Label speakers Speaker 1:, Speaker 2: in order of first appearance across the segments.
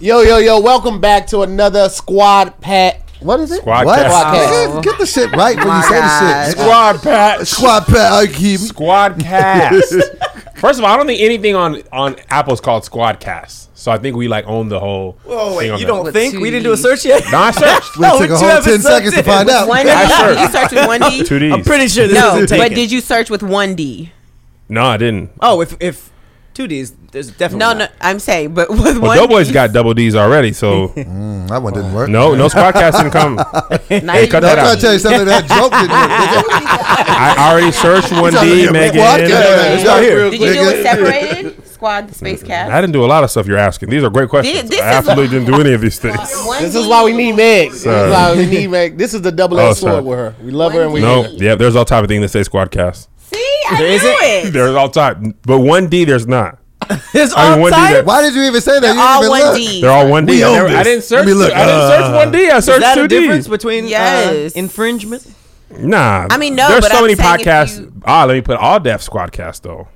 Speaker 1: Yo, yo, yo, welcome back to another Squad Pat. What is it?
Speaker 2: Squad
Speaker 1: what?
Speaker 2: Pat.
Speaker 1: Squad
Speaker 3: Nigga, Get the shit right
Speaker 2: Oh
Speaker 3: when you say the shit. Squad,
Speaker 2: Squad Pat.
Speaker 3: squad pat, I keep.
Speaker 2: Squad Cast. First of all, I don't think anything on on Apple's called Squad Cast. So I think we like own the whole.
Speaker 4: Oh
Speaker 2: thing
Speaker 4: wait,
Speaker 2: on
Speaker 4: you
Speaker 2: that.
Speaker 4: don't
Speaker 5: With
Speaker 4: think
Speaker 5: two
Speaker 4: we didn't do a
Speaker 5: Ds.
Speaker 4: search yet?
Speaker 2: No, I searched.
Speaker 3: We
Speaker 4: No,
Speaker 3: took a
Speaker 4: you
Speaker 3: whole
Speaker 4: haven't
Speaker 3: ten seconds to
Speaker 4: sucked it.
Speaker 3: find out.
Speaker 5: One D.
Speaker 2: I searched.
Speaker 5: You searched with one D.
Speaker 2: Two Ds.
Speaker 4: I'm pretty sure this
Speaker 5: No,
Speaker 4: isn't taken.
Speaker 5: but did you search with one D?
Speaker 2: No, I didn't.
Speaker 4: Oh, if if two Ds, there's definitely
Speaker 5: No,
Speaker 4: not.
Speaker 5: no, I'm saying, but with
Speaker 2: Well,
Speaker 5: one.
Speaker 2: Doughboys got double D's already, so
Speaker 3: Mm, that one didn't work.
Speaker 2: no, no Squad Cast didn't come.
Speaker 5: Hey,
Speaker 2: cut
Speaker 3: No, I'm
Speaker 2: that
Speaker 3: trying to
Speaker 2: out.
Speaker 3: tell you something. That joke didn't work.
Speaker 2: I already searched one D, Megan.
Speaker 3: Squad Cast.
Speaker 2: It's right here.
Speaker 5: Did you do
Speaker 3: Nigga.
Speaker 5: it separated? Squad, the space
Speaker 2: I
Speaker 5: cast.
Speaker 2: didn't do a lot of stuff you're asking. These are great questions.
Speaker 5: This- this
Speaker 2: I
Speaker 5: is-
Speaker 2: absolutely didn't do any of these things.
Speaker 5: One
Speaker 1: This
Speaker 5: D.
Speaker 1: is why we need Meg. This is
Speaker 2: Sorry.
Speaker 1: why we need Meg. This is the double
Speaker 2: Oh,
Speaker 1: edged sword
Speaker 2: sorry.
Speaker 1: with her. We love her and we
Speaker 2: No,
Speaker 1: hate her.
Speaker 2: yeah, there's all type of thing that say Squad Cast.
Speaker 5: See, I
Speaker 4: There
Speaker 5: knew
Speaker 4: isn't?
Speaker 5: it.
Speaker 2: There's all type, but one D there's not.
Speaker 4: There's
Speaker 2: I mean,
Speaker 4: all
Speaker 2: one D
Speaker 4: type.
Speaker 2: there-
Speaker 3: Why did you even say that? You
Speaker 5: All
Speaker 3: didn't
Speaker 5: one
Speaker 3: even
Speaker 5: D.
Speaker 2: They're all one D.
Speaker 3: We
Speaker 2: I
Speaker 3: own
Speaker 2: never- I
Speaker 3: this.
Speaker 2: didn't search.
Speaker 3: Let me look. uh,
Speaker 2: I didn't search one D. I
Speaker 4: Is
Speaker 2: searched
Speaker 4: that
Speaker 2: two
Speaker 4: a difference
Speaker 2: Ds.
Speaker 4: between
Speaker 5: Yes.
Speaker 4: uh, infringement?
Speaker 2: Nah,
Speaker 5: I mean, no,
Speaker 2: There's
Speaker 5: but
Speaker 2: so
Speaker 5: I'm
Speaker 2: many
Speaker 5: saying if
Speaker 2: podcasts.
Speaker 5: you-
Speaker 2: Ah, let me put all Def Squadcast though.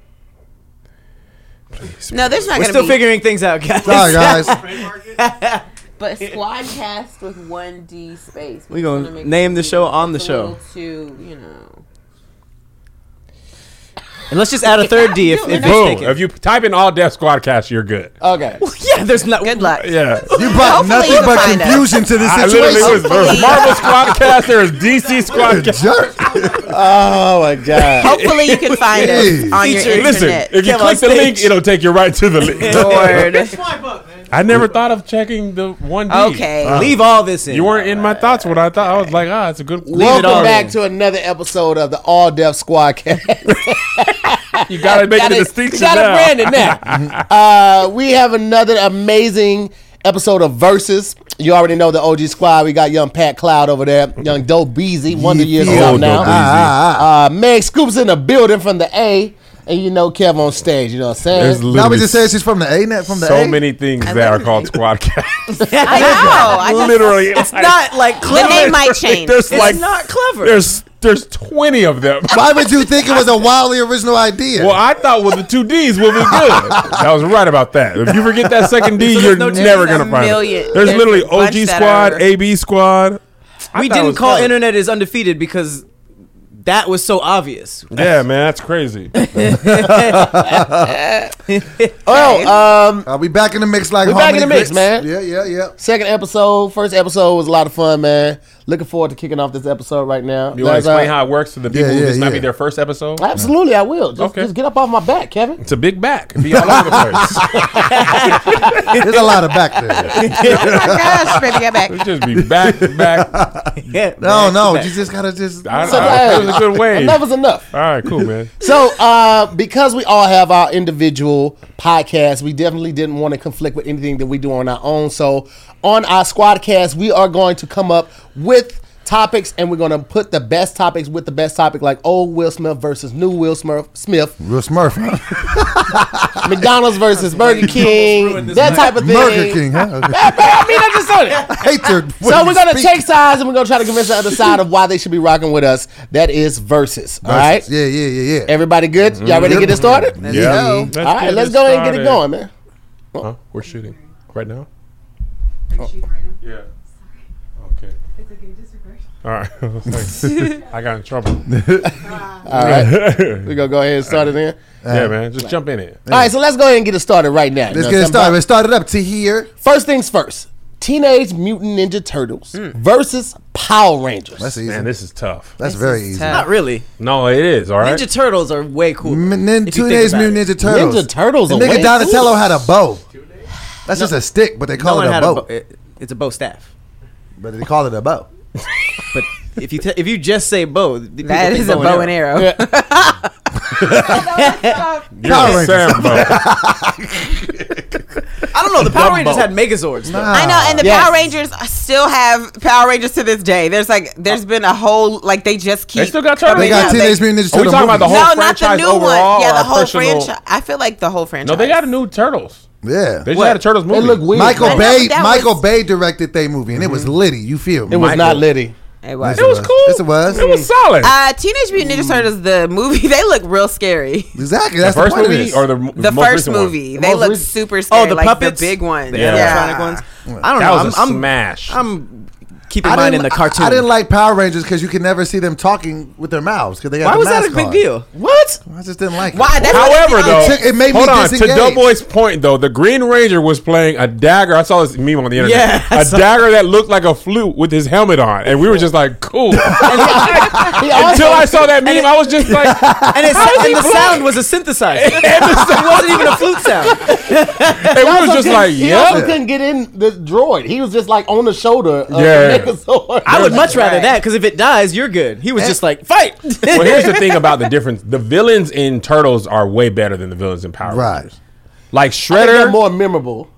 Speaker 5: No, there's not gonna
Speaker 4: We're still
Speaker 5: be.
Speaker 4: figuring things out, guys.
Speaker 2: Oh,
Speaker 3: Sorry, guys.
Speaker 5: but squad cast with one D space.
Speaker 4: We gonna name the show on the show.
Speaker 5: Too, you know.
Speaker 4: And let's just add a third D if, if it's
Speaker 2: Boom!
Speaker 4: taken.
Speaker 2: If you type in all Def Squadcast, you're good.
Speaker 1: Okay.
Speaker 4: yeah, there's not.
Speaker 5: Good luck.
Speaker 2: Yeah.
Speaker 3: You brought
Speaker 5: Hopefully
Speaker 3: nothing
Speaker 5: you
Speaker 3: but
Speaker 5: find us.
Speaker 3: confusion to this
Speaker 2: I
Speaker 3: situation.
Speaker 2: literally was there was
Speaker 5: Hopefully-
Speaker 2: Marvel Squadcast, there was DC
Speaker 3: a
Speaker 2: Squadcast.
Speaker 3: jerk.
Speaker 1: Oh my God.
Speaker 5: Hopefully, you can find
Speaker 3: Hey.
Speaker 5: us on your
Speaker 4: Featuring-
Speaker 2: Listen,
Speaker 5: internet.
Speaker 2: if you
Speaker 4: Come on
Speaker 2: click the link,
Speaker 4: stage.
Speaker 2: it'll take you right to the link.
Speaker 5: Lord.
Speaker 2: I never thought of checking the one D.
Speaker 5: Okay.
Speaker 4: Leave all this in.
Speaker 2: You weren't in my thoughts when I thought I was like, ah, it's a good.
Speaker 4: it all
Speaker 1: Welcome back
Speaker 4: in.
Speaker 1: to another episode of the All Deaf Squad
Speaker 2: You gotta make
Speaker 1: Gotta-
Speaker 2: a distinction
Speaker 1: Shout
Speaker 2: now.
Speaker 1: out Brandon now. uh, we have another amazing episode of Versus. You already know the OG squad. We got young Pat Cloud over there, young Dope Beezy, wonder years
Speaker 3: Yeah.
Speaker 1: old
Speaker 2: Old
Speaker 1: now.
Speaker 2: Dope Beezy.
Speaker 3: Ah, ah, ah.
Speaker 1: Uh, Meg Scoops in the building from the A, and you know Kev on stage. You know what I'm saying?
Speaker 2: There's
Speaker 3: Now we
Speaker 2: literally
Speaker 3: just said she's from the A net from the
Speaker 2: so
Speaker 3: A.
Speaker 2: many things
Speaker 5: I
Speaker 2: that are
Speaker 5: love
Speaker 2: called Squadcast.
Speaker 5: I know. I just,
Speaker 2: literally, it's
Speaker 4: Not like
Speaker 5: the
Speaker 4: clever.
Speaker 5: name might change.
Speaker 2: There's
Speaker 4: It's
Speaker 2: like
Speaker 4: not clever.
Speaker 2: there's there's twenty of them.
Speaker 3: Why would you think it was a wildly original idea?
Speaker 2: Well, I thought with the two D's will be good. I was right about that. If you forget that second D,
Speaker 4: So there's
Speaker 2: you're
Speaker 4: no chance.
Speaker 2: never
Speaker 5: There's
Speaker 2: gonna
Speaker 5: a
Speaker 2: find
Speaker 5: million-
Speaker 2: it. There's,
Speaker 5: there's
Speaker 2: literally
Speaker 5: a bunch
Speaker 2: OG
Speaker 5: that
Speaker 2: Squad,
Speaker 5: are-
Speaker 2: AB Squad.
Speaker 4: we
Speaker 2: thought it
Speaker 4: didn't
Speaker 2: was
Speaker 4: call
Speaker 2: clever.
Speaker 4: internet is undefeated because that was so obvious.
Speaker 2: Yeah, man, that's crazy.
Speaker 1: oh, um,
Speaker 3: Are Uh, we back in the mix like
Speaker 1: We back in
Speaker 3: Harmony
Speaker 1: the mix, man.
Speaker 3: Grits? Yeah, yeah, yeah.
Speaker 1: second episode. First episode was a lot of fun, man. Looking forward to kicking off this episode right now.
Speaker 2: You want to
Speaker 1: Guys,
Speaker 2: explain
Speaker 1: uh,
Speaker 2: how it works to the people
Speaker 3: Yeah,
Speaker 2: who
Speaker 3: yeah,
Speaker 2: this might be
Speaker 3: yeah.
Speaker 2: their first episode?
Speaker 1: Absolutely, I will. Just,
Speaker 2: Okay.
Speaker 1: just get up off my back, Kevin.
Speaker 2: It's a big back. It'd be all over the place.
Speaker 3: There's a lot of back there.
Speaker 5: oh my gosh, baby, get back.
Speaker 2: It'd just be back, back.
Speaker 4: Yeah.
Speaker 3: No, no, you just gotta just.
Speaker 2: I,
Speaker 1: So,
Speaker 2: I,
Speaker 1: hey,
Speaker 2: it was a good wave.
Speaker 1: Enough is enough.
Speaker 2: all right, cool, man.
Speaker 1: So, uh, because we all have our individual podcasts, we definitely didn't want to conflict with anything that we do on our own. So, on our squadcast, we are going to come up with topics and we're going to put the best topics with the best topic, like old Will Smith versus new Will Smith, Smith
Speaker 3: Real Smurf, huh?
Speaker 1: McDonald's versus Burger King, that type of thing.
Speaker 3: Burger King, huh?
Speaker 1: Yeah, man, I mean, I just said it.
Speaker 3: Hate your.
Speaker 1: So we're gonna
Speaker 3: speak.
Speaker 1: take sides and we're gonna try to convince the other side of why they should be rocking with us. That is versus. All right,
Speaker 3: Yeah, yeah, yeah, yeah.
Speaker 1: everybody good? Y'all ready to get it started?
Speaker 3: Yeah.
Speaker 2: Let's
Speaker 1: All right,
Speaker 2: get
Speaker 1: let's
Speaker 2: this
Speaker 1: go ahead and get it going,
Speaker 2: started.
Speaker 1: man.
Speaker 2: Huh? We're shooting right now. Oh. Yeah. Okay. All right. I was like, I got in trouble.
Speaker 1: All right, we're gonna go ahead and start it in.
Speaker 2: yeah, man. Just jump in it.
Speaker 1: All right, so let's go ahead and get it started right now.
Speaker 3: Let's
Speaker 1: Now,
Speaker 3: get it
Speaker 1: some-
Speaker 3: started. Let's start it up to here.
Speaker 1: First things first: Teenage Mutant Ninja Turtles versus Power Rangers.
Speaker 3: That's easy.
Speaker 2: Man, this is tough.
Speaker 3: That's very easy.
Speaker 4: Not really.
Speaker 2: No, it is. All right.
Speaker 4: Ninja Turtles are way cool.
Speaker 3: M- nin- Teenage Mutant Ninja Turtles.
Speaker 1: Ninja Turtles
Speaker 3: The
Speaker 1: are way
Speaker 3: nigga Donatello
Speaker 1: cool.
Speaker 3: had a bow. That's just a stick, but they
Speaker 4: No
Speaker 3: call
Speaker 4: one
Speaker 3: it a
Speaker 4: had
Speaker 3: bow.
Speaker 4: a bo- it- It's a bow staff.
Speaker 3: But they call it a bow.
Speaker 4: But if you t- if you just say bow, the people
Speaker 5: That
Speaker 4: think
Speaker 5: is a bow and arrow.
Speaker 1: Yeah.
Speaker 2: You're
Speaker 3: Power
Speaker 2: a
Speaker 3: Rangers.
Speaker 2: Sambo.
Speaker 4: I don't know. The Power Rangers had Megazords. though.
Speaker 5: I know, and the
Speaker 1: Yes.
Speaker 5: Power Rangers still have Power Rangers to this day. There's like, there's been a whole like they just keep.
Speaker 2: Uh, They still got
Speaker 5: coming
Speaker 2: Turtles?
Speaker 3: They got
Speaker 5: out. They-
Speaker 3: Teenage Mutant Ninja
Speaker 2: Are we
Speaker 3: Turtles.
Speaker 2: talking about the whole
Speaker 5: no, not the
Speaker 2: franchise
Speaker 5: new
Speaker 2: overall
Speaker 5: one. Yeah,
Speaker 2: or
Speaker 5: the
Speaker 2: a
Speaker 5: whole
Speaker 2: personal-
Speaker 5: franchise. I feel like the whole franchise.
Speaker 2: no, they got a new Turtles.
Speaker 3: Yeah.
Speaker 2: They just
Speaker 4: What?
Speaker 2: had a Turtles movie.
Speaker 1: It looked weird.
Speaker 3: Michael
Speaker 1: man.
Speaker 5: know,
Speaker 3: Bay.
Speaker 5: but that
Speaker 3: Michael
Speaker 5: was-
Speaker 3: Bay directed that movie, and it was litty. You feel me?
Speaker 1: It was
Speaker 2: Michael.
Speaker 1: not Liddy.
Speaker 5: It was.
Speaker 3: Yes,
Speaker 2: It was
Speaker 3: was.
Speaker 2: cool.
Speaker 3: Yes, it was.
Speaker 2: It was solid.
Speaker 5: Uh, Teenage Mutant
Speaker 2: Mm.
Speaker 5: Ninja Turtles, the movie, they look real scary.
Speaker 3: Exactly.
Speaker 2: the
Speaker 3: That's the,
Speaker 2: first
Speaker 3: point
Speaker 2: movie
Speaker 3: of this.
Speaker 2: or the, m-
Speaker 5: The
Speaker 2: most
Speaker 5: first
Speaker 2: recent one?
Speaker 5: movie,
Speaker 1: The
Speaker 5: they
Speaker 1: most
Speaker 5: look
Speaker 1: recent-
Speaker 5: super
Speaker 4: Oh,
Speaker 5: scary.
Speaker 4: the
Speaker 5: like
Speaker 4: puppets,
Speaker 5: the big ones,
Speaker 4: the
Speaker 5: yeah.
Speaker 4: animatronic ones. I don't
Speaker 2: That
Speaker 4: know.
Speaker 2: was a
Speaker 4: I'm, I'm
Speaker 2: smash.
Speaker 4: I'm keeping
Speaker 3: I
Speaker 4: mine in
Speaker 3: didn't-
Speaker 4: the cartoon.
Speaker 3: I, I didn't like Power Rangers because you can never see them talking with their mouths because they got
Speaker 4: Why
Speaker 3: the
Speaker 4: was that a
Speaker 3: mask
Speaker 4: big
Speaker 3: on.
Speaker 4: deal?
Speaker 2: what?
Speaker 3: I just didn't like
Speaker 5: Why?
Speaker 3: it.
Speaker 5: That's what
Speaker 2: However,
Speaker 5: it's-
Speaker 2: though,
Speaker 3: It took- it made me
Speaker 2: hold on.
Speaker 3: disengage.
Speaker 2: To Doughboy's point, though, the Green Ranger was playing a dagger. I saw this meme on the internet.
Speaker 4: Yeah, I
Speaker 2: a
Speaker 4: saw-
Speaker 2: dagger that looked like a flute with his helmet on, and we were just like, "Cool."
Speaker 1: He
Speaker 2: Until
Speaker 1: also-
Speaker 2: I saw that meme, I was just like,
Speaker 4: And, it's,
Speaker 2: How is he
Speaker 4: and the
Speaker 2: playing?
Speaker 4: sound was a synthesizer. it wasn't even a flute sound.
Speaker 2: and we
Speaker 1: also
Speaker 2: were just
Speaker 1: couldn't-
Speaker 2: like,
Speaker 1: he also
Speaker 2: "Yep."
Speaker 1: couldn't get in the droid. He was just like on the shoulder. Of
Speaker 2: Yeah.
Speaker 1: the Megazord.
Speaker 4: I would much rather
Speaker 5: Right.
Speaker 4: that because if it dies, you're good. He was just like fight.
Speaker 2: Well, here's the thing about the difference: the villains in Turtles are way better than the villains in Power
Speaker 3: Right.
Speaker 2: Rangers. Like
Speaker 1: I think they're
Speaker 2: Shredder,
Speaker 1: more memorable.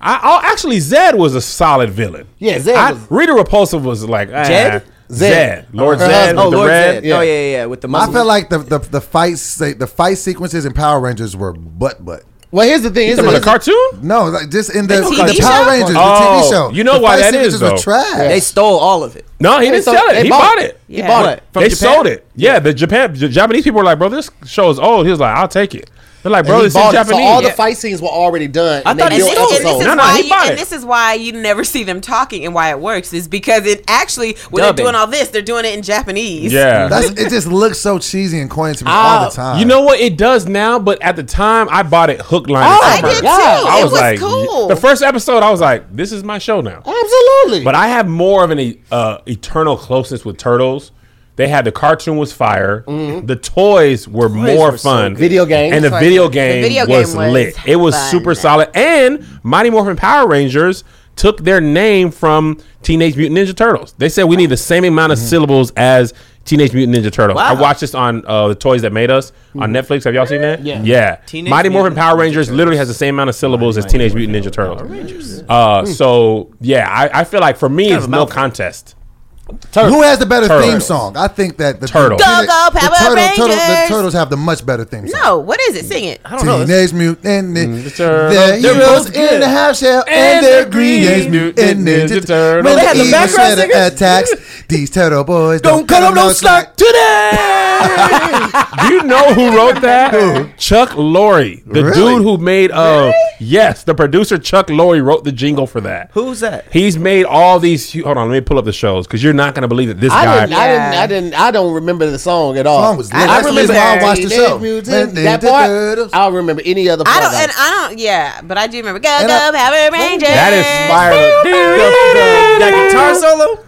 Speaker 2: I, I actually Zed was a solid villain.
Speaker 1: Yeah, Zed
Speaker 2: I,
Speaker 1: was-
Speaker 2: Rita Repulsive was like ah,
Speaker 4: Zed?
Speaker 2: Zed, Lord
Speaker 1: Her
Speaker 2: Zed,
Speaker 1: husband.
Speaker 2: with
Speaker 4: oh
Speaker 2: the
Speaker 4: Lord
Speaker 2: red.
Speaker 4: Zed. Oh yeah, yeah, yeah. With the
Speaker 3: I
Speaker 4: muscle.
Speaker 3: felt like the the, the fight se- the fight sequences in Power Rangers were butt butt.
Speaker 1: Well, here's the thing. It's
Speaker 2: Talking about
Speaker 1: a,
Speaker 2: the cartoon?
Speaker 3: No, like just in the,
Speaker 5: The
Speaker 3: the,
Speaker 5: TV
Speaker 3: Power
Speaker 5: show?
Speaker 3: Rangers, the
Speaker 2: Oh,
Speaker 3: TV show.
Speaker 2: you know
Speaker 3: the
Speaker 2: why
Speaker 3: fight
Speaker 2: that is,
Speaker 3: sequences were
Speaker 2: though.
Speaker 3: trash.
Speaker 4: they stole all of it.
Speaker 2: No, he didn't
Speaker 1: so
Speaker 2: sell it.
Speaker 1: they
Speaker 2: He
Speaker 1: bought
Speaker 2: bought
Speaker 1: it.
Speaker 2: it.
Speaker 1: He
Speaker 5: Yeah.
Speaker 1: bought it.
Speaker 4: From
Speaker 2: they
Speaker 4: Japan?
Speaker 2: sold it. Yeah, the Japan the Japanese people were like, bro, this show is old. He was like, I'll take it. They're like, bro,
Speaker 1: he
Speaker 2: this is
Speaker 1: bought it.
Speaker 2: Japanese.
Speaker 1: So all
Speaker 2: Yeah.
Speaker 1: the fight scenes were already done.
Speaker 4: I thought
Speaker 1: they
Speaker 4: he
Speaker 5: And,
Speaker 1: built
Speaker 5: this, and this
Speaker 4: stole it.
Speaker 5: is
Speaker 2: No, no,
Speaker 5: why
Speaker 2: he
Speaker 5: you,
Speaker 2: bought
Speaker 5: and
Speaker 2: it.
Speaker 5: this is why you never see them talking and why it works is because it actually when
Speaker 4: Dubbing.
Speaker 5: they're doing all this they're doing it in Japanese.
Speaker 2: Yeah.
Speaker 3: That's, it just looks so cheesy and corny to me all
Speaker 1: Ah,
Speaker 3: the time.
Speaker 2: you know what? It does now, but at the time, I bought it hook, line,
Speaker 1: Oh,
Speaker 2: and
Speaker 5: I
Speaker 2: sinker.
Speaker 5: did too.
Speaker 1: Yeah.
Speaker 5: it was, cool.
Speaker 2: The first episode, I was like, this is my show now.
Speaker 1: Absolutely.
Speaker 2: But I have more of an e- uh, eternal closeness with Turtles. They had the cartoon was fire. The toys were more
Speaker 4: were so
Speaker 2: fun.
Speaker 1: good. Video games.
Speaker 2: and the
Speaker 1: That's
Speaker 2: video game,
Speaker 5: video game
Speaker 2: was,
Speaker 5: was
Speaker 2: lit. It was
Speaker 5: fun.
Speaker 2: super solid. And Mighty Morphin Power Rangers took their name from Teenage Mutant Ninja Turtles. They said we need the same amount of syllables as Teenage Mutant Ninja Turtles. I
Speaker 4: Wow.
Speaker 2: watched this on uh, the Toys That Made Us on Netflix. Have y'all seen that?
Speaker 1: Yeah.
Speaker 2: Yeah.
Speaker 4: Teenage
Speaker 2: Mighty Morphin
Speaker 4: Mutant
Speaker 2: Power Rangers literally has the same amount of syllables as Teenage Mutant Ninja Turtles. Uh, so yeah, I, I feel like for me it's no contest.
Speaker 3: who has the better
Speaker 2: Turtles.
Speaker 3: theme song? I think that the
Speaker 2: Turtles.
Speaker 3: The,
Speaker 5: Go, go,
Speaker 3: the
Speaker 5: Power
Speaker 3: turtle, turtle- the
Speaker 5: Rangers.
Speaker 3: turtles have the much better theme song.
Speaker 5: no, what is it? Sing it.
Speaker 4: I don't know.
Speaker 3: Teenage Mutant Ninja
Speaker 2: Turtles.
Speaker 3: They're
Speaker 2: Mm, They're
Speaker 3: heroes
Speaker 2: both
Speaker 3: in
Speaker 2: good.
Speaker 3: the half shell,
Speaker 2: And
Speaker 3: and they're
Speaker 2: they're
Speaker 3: green. Teenage
Speaker 2: green.
Speaker 3: Mutant
Speaker 2: Ninja
Speaker 3: Ninja
Speaker 2: Turtles.
Speaker 3: Turtles. When
Speaker 4: They had
Speaker 3: the
Speaker 4: the
Speaker 3: evil
Speaker 4: background
Speaker 3: shredder
Speaker 4: singers?
Speaker 3: attacks, these turtle boys
Speaker 4: Don't cut him no slack today.
Speaker 2: Do you know who wrote that? Chuck Lorre, the
Speaker 3: Really?
Speaker 2: dude who made uh yes, the producer Chuck Lorre wrote the jingle for that.
Speaker 4: Who's that?
Speaker 2: He's made all these. hu- Hold on, let me pull up the shows because you're not gonna believe that this
Speaker 1: I
Speaker 2: guy.
Speaker 1: didn't, I didn't. I didn't. I don't remember the song at all.
Speaker 3: Song was lit.
Speaker 1: I,
Speaker 3: That's
Speaker 5: the
Speaker 1: remember
Speaker 5: reason why I
Speaker 1: watched the show.
Speaker 3: Man,
Speaker 1: that
Speaker 3: they
Speaker 1: part,
Speaker 3: did it.
Speaker 1: I don't remember any other part.
Speaker 5: I don't
Speaker 1: of
Speaker 5: and
Speaker 1: it.
Speaker 5: I don't yeah, but I do remember Go
Speaker 3: And
Speaker 5: Go
Speaker 3: I-
Speaker 5: Power Rangers.
Speaker 2: that is fire.
Speaker 4: That guitar solo.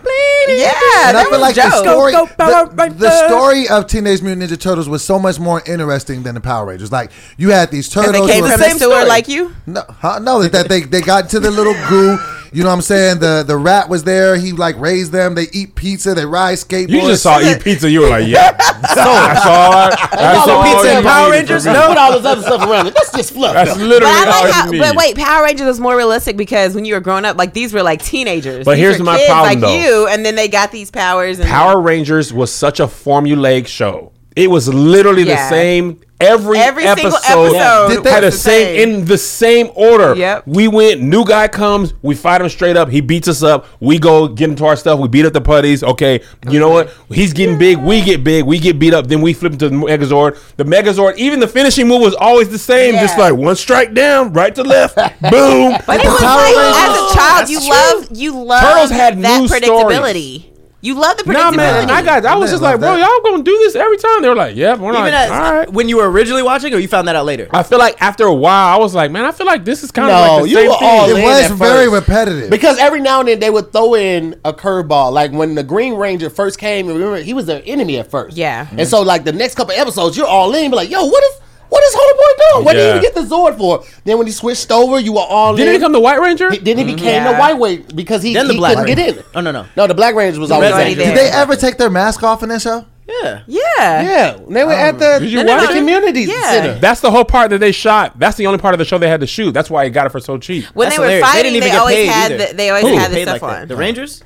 Speaker 5: Yeah,
Speaker 3: And I
Speaker 5: that
Speaker 3: feel
Speaker 5: was
Speaker 3: like the
Speaker 5: dope.
Speaker 3: story,
Speaker 4: Go, go, Power
Speaker 3: the, the
Speaker 4: Rangers.
Speaker 3: story of Teenage Mutant Ninja Turtles was so much more interesting than the Power Rangers. Like you had these turtles,
Speaker 5: they came
Speaker 3: who
Speaker 5: from
Speaker 3: were-
Speaker 5: the
Speaker 4: same
Speaker 5: sewer
Speaker 4: story.
Speaker 5: like you.
Speaker 3: no, huh? no, that- that they they got to the little goo. You know what I'm saying? The the rat was there. He like raised them. They eat pizza. They ride skateboards.
Speaker 2: You just saw eat pizza. You were like, yeah. that's all. I, that's
Speaker 1: all
Speaker 2: all.
Speaker 1: pizza
Speaker 2: you
Speaker 1: and Power
Speaker 2: needed for
Speaker 4: Rangers?
Speaker 2: me.
Speaker 1: Just put all this other stuff around it. That's just fluff.
Speaker 2: That's
Speaker 1: though.
Speaker 5: But
Speaker 2: literally
Speaker 5: I
Speaker 2: all
Speaker 5: like
Speaker 2: you
Speaker 5: how,
Speaker 2: need.
Speaker 5: but wait, Power Rangers was more realistic because when you were growing up, like these were like teenagers.
Speaker 2: But
Speaker 5: These
Speaker 2: here's
Speaker 5: were
Speaker 2: my
Speaker 5: kids
Speaker 2: problem,
Speaker 5: like
Speaker 2: though.
Speaker 5: you, and then they got these powers. And
Speaker 2: Power Rangers was such a formulaic show. It was literally
Speaker 5: Yeah.
Speaker 2: the same. Every,
Speaker 5: Every single
Speaker 2: episode,
Speaker 5: episode
Speaker 2: did they had the
Speaker 5: was the
Speaker 2: same
Speaker 5: same.
Speaker 2: in the same order.
Speaker 5: Yep.
Speaker 2: We went. New guy comes. We fight him straight up. He beats us up. We go get into our stuff. We beat up the putties. Okay, you know what? He's getting big. We get big. We get beat up. Then we flip into the Megazord. The Megazord. Even the finishing move was always the same.
Speaker 5: Yeah.
Speaker 2: Just like one strike down, right to left, boom.
Speaker 5: But it was
Speaker 3: Power
Speaker 5: like
Speaker 3: Rangers-
Speaker 5: as a child, you love you love
Speaker 2: Turtles had
Speaker 5: that
Speaker 2: new
Speaker 5: predictability. You love the predictability.
Speaker 2: Nah, man, and I got. I
Speaker 3: I
Speaker 2: was just like,
Speaker 3: love
Speaker 2: bro,
Speaker 3: that.
Speaker 2: y'all gonna do this every time? They were like, yeah. We're
Speaker 4: Even
Speaker 2: like,
Speaker 4: as,
Speaker 2: all right.
Speaker 4: when you were originally watching, or you found that out later.
Speaker 2: I feel like after a while, I was like, man, I feel like this is kind of
Speaker 1: No,
Speaker 2: like the
Speaker 1: you
Speaker 2: same
Speaker 1: were
Speaker 2: thing.
Speaker 1: all
Speaker 3: It
Speaker 1: in
Speaker 3: was
Speaker 1: at
Speaker 3: very
Speaker 1: first.
Speaker 3: repetitive.
Speaker 1: Because every now and then they would throw in a curveball. Like when the Green Ranger first came, remember he was their enemy at first.
Speaker 5: Yeah.
Speaker 1: And so like the next couple episodes, you're all in, be like, yo, what is what is Homeboy doing? What
Speaker 2: Yeah.
Speaker 1: did he get the Zord for? Then when he switched over, you were all in.
Speaker 2: Didn't it come the White Ranger?
Speaker 1: He- then he became the
Speaker 5: Yeah.
Speaker 1: White Ranger because he,
Speaker 4: Then the
Speaker 1: he
Speaker 4: Black
Speaker 1: couldn't get
Speaker 4: Ranger.
Speaker 1: in.
Speaker 4: Oh, no, no.
Speaker 1: No, the Black Ranger was always
Speaker 5: Ranger.
Speaker 1: after.
Speaker 5: Did
Speaker 3: Did they ever take their mask off in that show?
Speaker 4: yeah.
Speaker 5: Yeah.
Speaker 1: Yeah, they were at the,
Speaker 2: Did you
Speaker 1: the
Speaker 2: watch it?
Speaker 1: community
Speaker 5: Yeah.
Speaker 1: center.
Speaker 2: That's the whole part that they shot. That's the only part of the show they had to shoot. That's why he got it for so cheap.
Speaker 5: When
Speaker 4: That's
Speaker 5: they were
Speaker 4: hilarious.
Speaker 5: fighting,
Speaker 4: didn't
Speaker 5: they,
Speaker 4: even get
Speaker 5: always
Speaker 4: paid
Speaker 5: had
Speaker 4: either.
Speaker 5: the, they always
Speaker 4: Who
Speaker 5: had the
Speaker 4: paid
Speaker 5: stuff
Speaker 4: like that?
Speaker 5: on.
Speaker 4: The Rangers.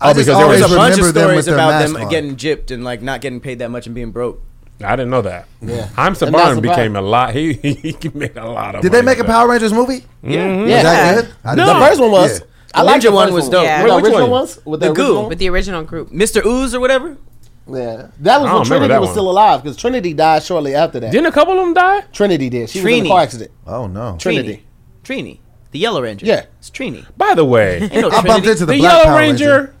Speaker 3: I
Speaker 2: because there was
Speaker 4: There's
Speaker 2: Just
Speaker 4: a bunch of
Speaker 3: remember them
Speaker 4: stories
Speaker 3: with their
Speaker 4: about
Speaker 3: mask
Speaker 4: them
Speaker 3: on.
Speaker 4: getting gypped and like not getting paid that much and being broke.
Speaker 2: I didn't know that.
Speaker 1: Yeah.
Speaker 2: I'm
Speaker 1: And that's
Speaker 2: Saban
Speaker 1: about-
Speaker 2: became a lot. He he made a lot of.
Speaker 3: Did
Speaker 2: money
Speaker 3: they make a
Speaker 2: with that.
Speaker 3: Power Rangers movie?
Speaker 4: Yeah.
Speaker 1: Yeah.
Speaker 3: Was that good? I
Speaker 1: The
Speaker 3: didn't know.
Speaker 1: first one was.
Speaker 3: Yeah.
Speaker 1: I like
Speaker 4: Ninja
Speaker 1: the
Speaker 4: one
Speaker 1: first
Speaker 4: was dope.
Speaker 5: Yeah.
Speaker 1: The
Speaker 5: Wait,
Speaker 2: which
Speaker 1: original
Speaker 2: one?
Speaker 1: ones with the,
Speaker 4: The goo.
Speaker 1: original?
Speaker 5: With the original group.
Speaker 4: Mr. Ooze or whatever.
Speaker 1: Yeah, that was
Speaker 2: I don't
Speaker 1: when
Speaker 2: remember
Speaker 1: Trinity
Speaker 2: that
Speaker 1: was
Speaker 2: one.
Speaker 1: still alive because Trinity died shortly after that.
Speaker 2: Didn't a couple of them die?
Speaker 1: Trinity did. She was in a
Speaker 4: Trini.
Speaker 1: car accident.
Speaker 3: Oh no.
Speaker 1: Trinity.
Speaker 4: Trini. The Yellow Ranger.
Speaker 1: Yeah.
Speaker 4: It's Trini.
Speaker 2: By the way,
Speaker 4: Ain't no
Speaker 3: I bumped
Speaker 4: Trinity.
Speaker 3: into the,
Speaker 2: the
Speaker 3: Black
Speaker 2: Yellow
Speaker 3: Power
Speaker 2: Ranger.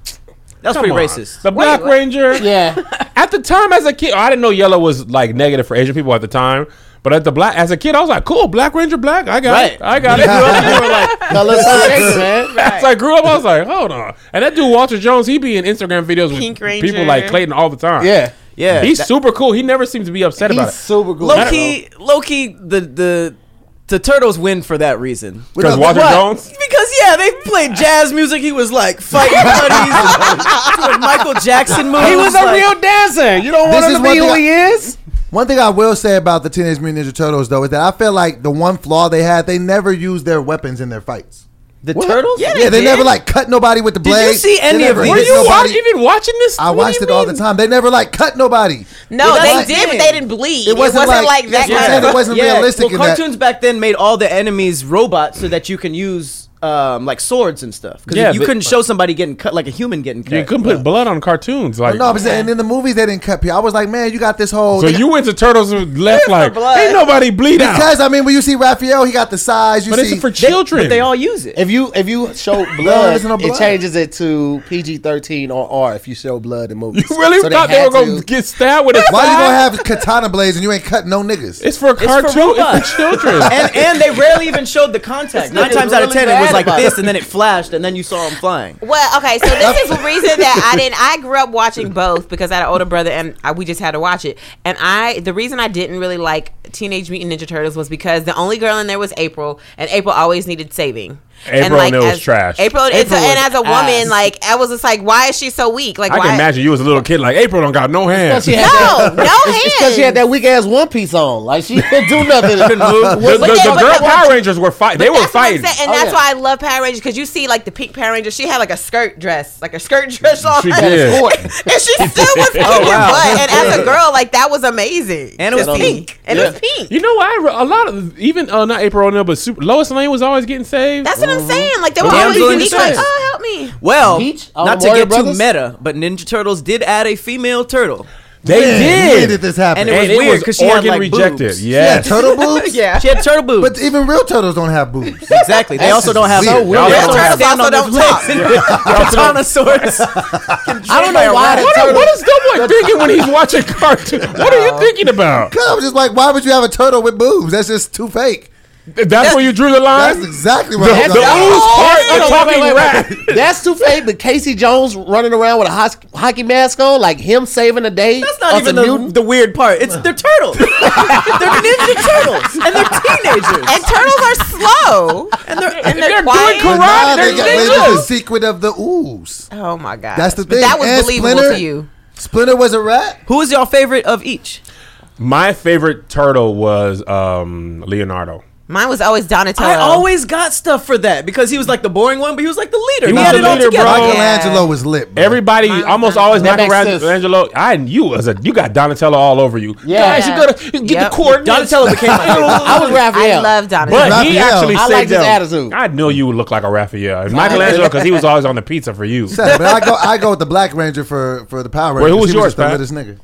Speaker 4: That's
Speaker 2: come
Speaker 4: pretty
Speaker 2: on.
Speaker 4: racist.
Speaker 2: The Black
Speaker 5: what?
Speaker 2: Ranger.
Speaker 1: Yeah,
Speaker 2: At the time, as a kid, I didn't know yellow was like negative for Asian people at the time. But at the black, as a kid, I was like, "Cool, Black Ranger, black. I got it.
Speaker 4: Right.
Speaker 2: I got it." Grew up, like,
Speaker 1: colors, man.
Speaker 2: as I grew up, I was like, "Hold on." And that dude Walter Jones, he be in Instagram videos with
Speaker 5: Pink
Speaker 2: people
Speaker 5: Ranger.
Speaker 2: like Clayton all the time.
Speaker 1: Yeah,
Speaker 4: yeah.
Speaker 2: he's super cool. He never seems to be upset about it.
Speaker 1: he's super cool.
Speaker 4: low key. Low key. The the the turtles win for that reason.
Speaker 2: Because
Speaker 1: No,
Speaker 2: Walter
Speaker 1: what?
Speaker 2: Jones,
Speaker 4: Because yeah, they played jazz music. He was like fighting buddies, doing Michael Jackson moves.
Speaker 1: He was a
Speaker 4: like-
Speaker 1: real dancer. You don't want
Speaker 3: This
Speaker 1: him
Speaker 3: is
Speaker 1: to
Speaker 3: one
Speaker 1: be
Speaker 3: thing
Speaker 1: who
Speaker 3: I-
Speaker 1: he is.
Speaker 3: One thing I will say about the Teenage Mutant Ninja Turtles though is that I feel like the one flaw they had, they never used their weapons in their fights.
Speaker 4: the turtles.
Speaker 5: Yeah,
Speaker 3: Yeah, they
Speaker 5: did.
Speaker 3: never like cut nobody with the
Speaker 4: you
Speaker 3: blade.
Speaker 4: see
Speaker 3: They
Speaker 4: any
Speaker 3: never
Speaker 4: of
Speaker 3: hit
Speaker 2: were you
Speaker 3: nobody.
Speaker 2: watch, even watching this?
Speaker 3: I
Speaker 2: What do
Speaker 3: watched
Speaker 2: you
Speaker 3: it all the
Speaker 2: mean?
Speaker 3: time. They never like cut nobody.
Speaker 5: No,
Speaker 3: It
Speaker 5: they
Speaker 3: wasn't-
Speaker 5: did, but they didn't bleed.
Speaker 3: It wasn't, like,
Speaker 5: that
Speaker 3: Yeah,
Speaker 5: kind
Speaker 3: it
Speaker 5: of.
Speaker 3: wasn't realistic
Speaker 4: Well,
Speaker 3: in that.
Speaker 4: cartoons back then made all the enemies robots so that you can use um, like swords and stuff. Because
Speaker 2: Yeah,
Speaker 4: you
Speaker 2: but-
Speaker 4: couldn't show somebody getting cut like a human getting cut.
Speaker 2: You couldn't put blood on cartoons, like
Speaker 3: No, but and in the movies they didn't cut people. I was like, man, you got this whole.
Speaker 2: So
Speaker 3: they-
Speaker 2: you went to Turtles and left like
Speaker 5: blood.
Speaker 2: ain't nobody bleed out.
Speaker 3: because I mean, when you see Raphael, he got the size. You
Speaker 2: But
Speaker 3: see,
Speaker 2: it's for
Speaker 4: They-
Speaker 2: children.
Speaker 4: but they all use it.
Speaker 1: If you if you show
Speaker 3: No,
Speaker 1: blood,
Speaker 3: it's no blood.
Speaker 1: it changes it to PG thirteen or R. If you show blood in movies,
Speaker 2: you really
Speaker 1: So
Speaker 2: thought they,
Speaker 1: had
Speaker 2: were gonna
Speaker 1: to-
Speaker 2: get stabbed with a
Speaker 3: why you
Speaker 2: scythe?
Speaker 3: gonna have katana blades and you ain't cut no niggas?
Speaker 2: It's for a cartoon. It's for,
Speaker 4: robots.
Speaker 2: children.
Speaker 4: and, and they rarely even showed the contact. Nine
Speaker 1: nothing
Speaker 4: times out of
Speaker 1: really
Speaker 4: ten, it was
Speaker 1: bad
Speaker 4: like
Speaker 1: about
Speaker 4: this,
Speaker 1: it.
Speaker 4: and then it flashed, and then you saw him flying.
Speaker 5: Well, okay, so this is the reason that I didn't. I grew up watching both because I had an older brother, and I, we just had to watch it. And I, the reason I didn't really like Teenage Mutant Ninja Turtles was because the only girl in there was April, and April always needed saving.
Speaker 2: April in there was
Speaker 5: as-
Speaker 2: trash.
Speaker 5: April, it's a,
Speaker 4: April
Speaker 5: and
Speaker 4: was
Speaker 5: as a woman,
Speaker 4: ass.
Speaker 5: like I was just like, why is she so weak? Like,
Speaker 2: I
Speaker 5: why?
Speaker 2: can imagine you as a little kid like April don't got no hands.
Speaker 1: She had
Speaker 5: No,
Speaker 1: that-
Speaker 5: no
Speaker 1: It's because she had
Speaker 5: hands.
Speaker 1: that weak ass one piece on. Like she didn't do nothing.
Speaker 2: The, the,
Speaker 5: But they-
Speaker 2: the
Speaker 5: but
Speaker 2: girl
Speaker 5: the-
Speaker 2: Power Rangers were fighting. They were
Speaker 5: That's what I'm
Speaker 2: fighting.
Speaker 5: saying, and
Speaker 1: Oh, yeah.
Speaker 5: that's why I love Power Rangers because you see, like the pink Power Ranger, she had like a skirt dress, like a skirt dress on,
Speaker 2: She did.
Speaker 5: and she still was kicking butt. And as a girl, like that was amazing.
Speaker 4: Oh, And it
Speaker 5: To
Speaker 4: was
Speaker 5: see.
Speaker 4: pink.
Speaker 5: and
Speaker 1: Yeah.
Speaker 5: it was pink.
Speaker 2: You know, I re- a lot of even uh, not April O'Neil, but Super, Lois Lane was always getting saved.
Speaker 5: That's what
Speaker 3: Mm-hmm.
Speaker 5: I'm saying. Like they were
Speaker 4: Damsel
Speaker 5: always
Speaker 4: in
Speaker 5: weak. Like,
Speaker 4: distress.
Speaker 5: oh, help me.
Speaker 4: Well,
Speaker 1: Peach? Oh,
Speaker 4: not to
Speaker 1: Mario
Speaker 4: get
Speaker 1: Brothers?
Speaker 4: too meta, but Ninja Turtles did add a female turtle.
Speaker 2: they did.
Speaker 3: When did this happen?
Speaker 4: And it
Speaker 2: And
Speaker 4: was
Speaker 2: it
Speaker 4: weird
Speaker 2: was
Speaker 4: 'cause she had,
Speaker 2: organ
Speaker 4: like,
Speaker 2: rejected.
Speaker 4: boobs.
Speaker 3: yeah,
Speaker 2: Yes.
Speaker 3: turtle boobs.
Speaker 5: Yeah.
Speaker 4: She had turtle boobs.
Speaker 3: but even real turtles don't have boobs.
Speaker 4: exactly. They
Speaker 3: That's
Speaker 4: also
Speaker 3: just
Speaker 4: don't have.
Speaker 3: weird.
Speaker 4: they also
Speaker 2: Yeah,
Speaker 4: don't
Speaker 2: turtles
Speaker 4: stand
Speaker 5: also
Speaker 4: on their legs. Titanosaurus.
Speaker 1: I don't know why.
Speaker 2: What,
Speaker 1: the
Speaker 2: are-
Speaker 1: turtle-
Speaker 2: what is Doughboy thinking when he's watching cartoons? What are you thinking about?
Speaker 3: Cause I'm just like, why would you have a turtle with boobs? That's just too fake.
Speaker 2: That's where you drew the line.
Speaker 3: That's exactly what
Speaker 2: the
Speaker 3: I'm
Speaker 2: the ooze
Speaker 3: talking about.
Speaker 2: part,
Speaker 1: Hold
Speaker 2: the
Speaker 1: on, wait,
Speaker 2: talking
Speaker 1: wait, wait,
Speaker 2: rat.
Speaker 1: wait. That's too fake. But Casey Jones running around with a hos- hockey mask on, like him saving the day.
Speaker 4: That's not
Speaker 1: as
Speaker 4: even
Speaker 1: a
Speaker 4: the, the weird part. It's they're turtles. they're Ninja Turtles, and they're teenagers.
Speaker 5: And turtles are slow.
Speaker 4: And they're,
Speaker 5: And
Speaker 2: they're
Speaker 5: they're
Speaker 2: doing
Speaker 5: quiet.
Speaker 2: karate.
Speaker 3: But now
Speaker 2: They're
Speaker 3: they got they got the
Speaker 2: ninjas.
Speaker 3: secret of the ooze.
Speaker 5: Oh my god.
Speaker 3: That's the
Speaker 5: But
Speaker 3: thing.
Speaker 5: That was
Speaker 3: And
Speaker 5: believable
Speaker 3: Splinter-
Speaker 5: to you.
Speaker 3: Splinter was a rat.
Speaker 4: Who is your favorite of each?
Speaker 2: My favorite turtle was um, Leonardo.
Speaker 5: Mine was always Donatello.
Speaker 4: I always got stuff for that because he was like the boring one, but he was like the leader.
Speaker 2: He
Speaker 4: He,
Speaker 2: was
Speaker 4: had
Speaker 2: the
Speaker 4: it all
Speaker 2: leader,
Speaker 4: together.
Speaker 2: bro.
Speaker 3: Michelangelo was lit. Bro.
Speaker 2: Everybody almost always
Speaker 1: That makes sense.
Speaker 2: Michelangelo. I you was a you got Donatello all over you.
Speaker 1: Yeah.
Speaker 2: Guys, you gotta you get
Speaker 5: Yep.
Speaker 2: the coordinates.
Speaker 4: Donatello became my favorite.
Speaker 1: I was Raphael.
Speaker 5: I love Donatello.
Speaker 2: But he
Speaker 3: Raphael.
Speaker 2: actually
Speaker 1: I
Speaker 2: saved
Speaker 1: like his
Speaker 2: them.
Speaker 1: attitude.
Speaker 2: I knew you would look like a Raphael. And Michelangelo, because he was always on the pizza for you.
Speaker 3: Sad, but I go, I go with the Black Ranger for for the Power Ranger.
Speaker 2: who was yours,
Speaker 3: the
Speaker 2: Pat?
Speaker 3: littest nigga.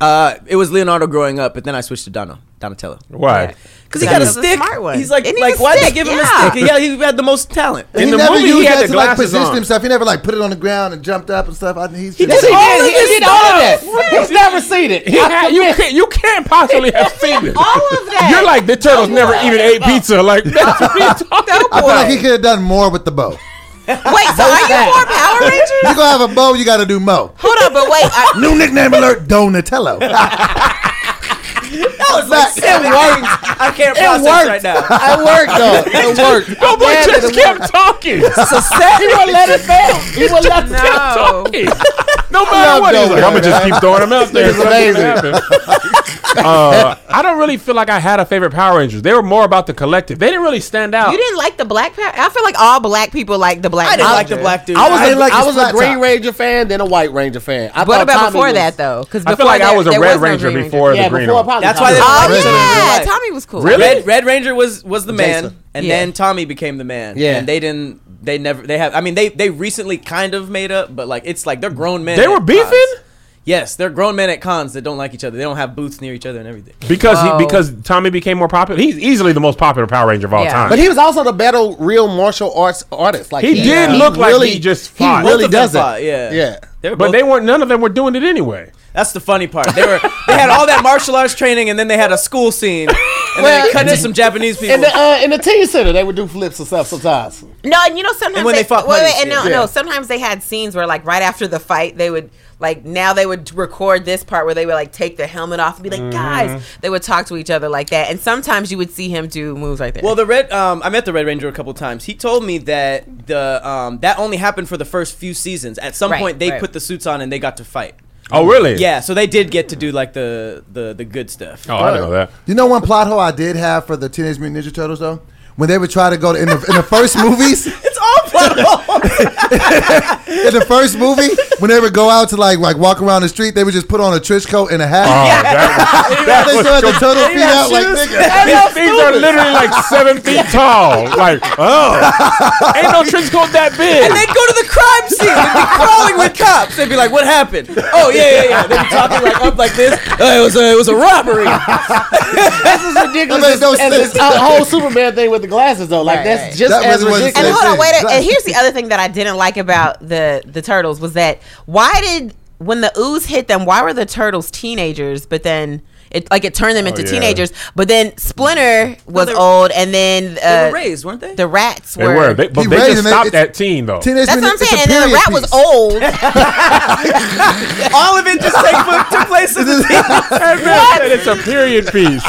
Speaker 4: Uh, it was Leonardo growing up, but then I switched to Dono, Donatello.
Speaker 2: Why?
Speaker 4: Because he got a
Speaker 5: Donatello's a
Speaker 4: stick.
Speaker 5: smart one.
Speaker 4: He's like,
Speaker 5: And he's
Speaker 4: like
Speaker 5: a
Speaker 4: why they
Speaker 5: stick,
Speaker 4: give him
Speaker 5: yeah.
Speaker 4: a stick? Yeah, he had the most talent.
Speaker 2: In
Speaker 3: he
Speaker 2: the
Speaker 3: never
Speaker 2: movie, he
Speaker 3: used
Speaker 2: had
Speaker 3: that
Speaker 2: the
Speaker 3: to like
Speaker 2: glasses
Speaker 3: position
Speaker 2: on.
Speaker 3: himself. He never like put it on the ground and jumped up and stuff. I, he's
Speaker 1: Yes,
Speaker 3: just,
Speaker 1: he
Speaker 2: all
Speaker 1: did.
Speaker 2: of
Speaker 1: He
Speaker 2: this
Speaker 1: did all of that.
Speaker 2: stuff.
Speaker 1: He's never seen it.
Speaker 2: He had, you can't you can't possibly have seen it.
Speaker 5: all of that.
Speaker 2: You're like the turtles never even ate pizza. Like that's what you're talking
Speaker 3: I
Speaker 2: about.
Speaker 3: feel like he could have done more with the bow.
Speaker 5: Wait, so are you more Power Rangers?
Speaker 3: You gonna have a bow, you gotta do mo.
Speaker 5: Hold on, but wait. I,
Speaker 3: New nickname alert: Donatello. that was back.
Speaker 4: I can't
Speaker 1: It
Speaker 4: process
Speaker 1: worked.
Speaker 4: right now.
Speaker 1: It worked though. It worked.
Speaker 2: No,
Speaker 1: I'm
Speaker 2: boy
Speaker 1: glad that
Speaker 2: just
Speaker 1: it worked.
Speaker 2: kept talking.
Speaker 4: So sad.
Speaker 1: He won't let it fail. He won't let it
Speaker 5: No.
Speaker 1: fail.
Speaker 2: Kept talking. No matter
Speaker 1: love
Speaker 2: what, he's
Speaker 1: Doughboy.
Speaker 2: like, I'm gonna just keep throwing them out there.
Speaker 1: It's
Speaker 2: It's amazing.
Speaker 1: amazing.
Speaker 2: uh, I don't really feel like I had a favorite Power Rangers. They were more about the collective. They didn't really stand out.
Speaker 5: you didn't like the black Power. I feel like all black people like the black.
Speaker 4: I didn't
Speaker 5: Power
Speaker 4: like the
Speaker 5: Rangers.
Speaker 4: black dude.
Speaker 1: I was
Speaker 3: I
Speaker 1: a,
Speaker 3: didn't like
Speaker 1: I
Speaker 3: his
Speaker 1: was a
Speaker 3: flat
Speaker 1: Green
Speaker 3: top.
Speaker 1: Ranger fan, then a White Ranger fan. I
Speaker 5: What
Speaker 1: thought
Speaker 5: about
Speaker 1: Tommy
Speaker 5: before
Speaker 1: was-
Speaker 5: that though? Because
Speaker 2: I feel like I was a Red Ranger before
Speaker 1: Yeah,
Speaker 2: the Green
Speaker 1: before Ah.
Speaker 2: one.
Speaker 1: probably
Speaker 4: That's
Speaker 1: Tommy.
Speaker 4: why they
Speaker 5: Oh
Speaker 4: Red
Speaker 5: yeah,
Speaker 4: Ranger.
Speaker 5: Tommy was cool.
Speaker 2: Really?
Speaker 4: Red, Red Ranger was was the man,
Speaker 1: Jason.
Speaker 4: and
Speaker 5: Yeah.
Speaker 4: then Tommy became the man.
Speaker 1: Yeah.
Speaker 4: and they didn't They never. They have. I mean, they they recently kind of made up, but like it's like they're grown men.
Speaker 2: They
Speaker 4: at
Speaker 2: were beefing?
Speaker 4: cons. Yes, they're grown men at cons that don't like each other. They don't have booths near each other and everything.
Speaker 2: because
Speaker 5: Whoa.
Speaker 2: he, because Tommy became more popular. He's easily the most popular Power Ranger of all
Speaker 5: Yeah.
Speaker 2: time.
Speaker 1: But he was also the battle real martial arts artist. Like
Speaker 2: He did look like he just fought.
Speaker 1: He really
Speaker 4: Both of them
Speaker 1: does it.
Speaker 4: fought, yeah.
Speaker 1: yeah.
Speaker 4: They were
Speaker 2: But
Speaker 4: both-
Speaker 2: they weren't. None of them were doing it anyway.
Speaker 4: That's the funny part. They were they had all that martial arts training, and then they had a school scene, and then
Speaker 1: Well,
Speaker 4: they cut in some Japanese people.
Speaker 1: In the uh, in the teen center, they would do flips and stuff sometimes.
Speaker 5: No, and you know sometimes
Speaker 4: And when they fought
Speaker 5: wait, wait,
Speaker 4: puppies,
Speaker 5: and no,
Speaker 1: yeah. Yeah.
Speaker 5: no, sometimes they had scenes where like right after the fight they would like now they would record this part where they would like take their helmet off and be like guys they would talk to each other like that and sometimes you would see him do moves like that.
Speaker 4: Well, the red. Um, I met the Red Ranger a couple times. He told me that the um, that only happened for the first few seasons. At some
Speaker 5: Right,
Speaker 4: point, they
Speaker 5: right.
Speaker 4: put the suits on and they got to fight.
Speaker 2: Oh really?
Speaker 4: Yeah, so they did get to do like the the, the good stuff.
Speaker 2: Oh, I didn't know that.
Speaker 3: You know one plot hole I did have for the Teenage Mutant Ninja Turtles though? When they would try to go to in the, in the first movies,
Speaker 4: It's all plot holes.
Speaker 3: in the first movie, when they would go out to like like walk around the street, they would just put on a trench coat and a hat.
Speaker 2: Oh, that- that
Speaker 3: they
Speaker 2: was
Speaker 3: still had the turtle
Speaker 4: They
Speaker 3: feet
Speaker 4: had
Speaker 3: out like
Speaker 4: shoes.
Speaker 3: nigga.
Speaker 2: His feet are literally like seven feet tall. Like, oh, ain't no trench coat that
Speaker 4: and
Speaker 2: big.
Speaker 4: they'd go to the crime scene and be crawling with cops. They'd be like, "What happened? Oh yeah, yeah, yeah." They'd be talking like up like this. "Oh, it was a it was a robbery.
Speaker 5: Uh,
Speaker 1: This is ridiculous.
Speaker 3: That makes no
Speaker 1: as- and
Speaker 3: sense.
Speaker 1: this uh, whole Superman thing with the glasses though, like
Speaker 5: Right,
Speaker 1: that's
Speaker 5: right.
Speaker 1: just
Speaker 3: That
Speaker 1: as
Speaker 3: really
Speaker 1: ridiculous.
Speaker 3: wasn't
Speaker 5: and
Speaker 3: They
Speaker 5: hold on,
Speaker 3: did.
Speaker 5: wait. A,
Speaker 3: Right.
Speaker 5: and here's the other thing that I didn't like about the the turtles was that why did when the ooze hit them, why were the turtles teenagers? But then it like it turned them into
Speaker 2: yeah.
Speaker 5: teenagers. But then Splinter was
Speaker 4: they were-
Speaker 5: old, and then uh,
Speaker 4: they were raised, weren't they?
Speaker 5: the rats
Speaker 2: They
Speaker 5: were.
Speaker 2: were, they, but
Speaker 3: He
Speaker 2: they
Speaker 3: raised
Speaker 2: just
Speaker 3: him.
Speaker 2: stopped
Speaker 3: It's-
Speaker 2: at teen though.
Speaker 3: Teenage
Speaker 5: That's what
Speaker 3: Mutant-
Speaker 5: I'm saying.
Speaker 3: it's
Speaker 5: And
Speaker 3: a
Speaker 5: then the
Speaker 3: period
Speaker 5: rat was
Speaker 3: piece.
Speaker 5: old.
Speaker 4: All of it just take, took place in the
Speaker 2: That man said it's a period piece.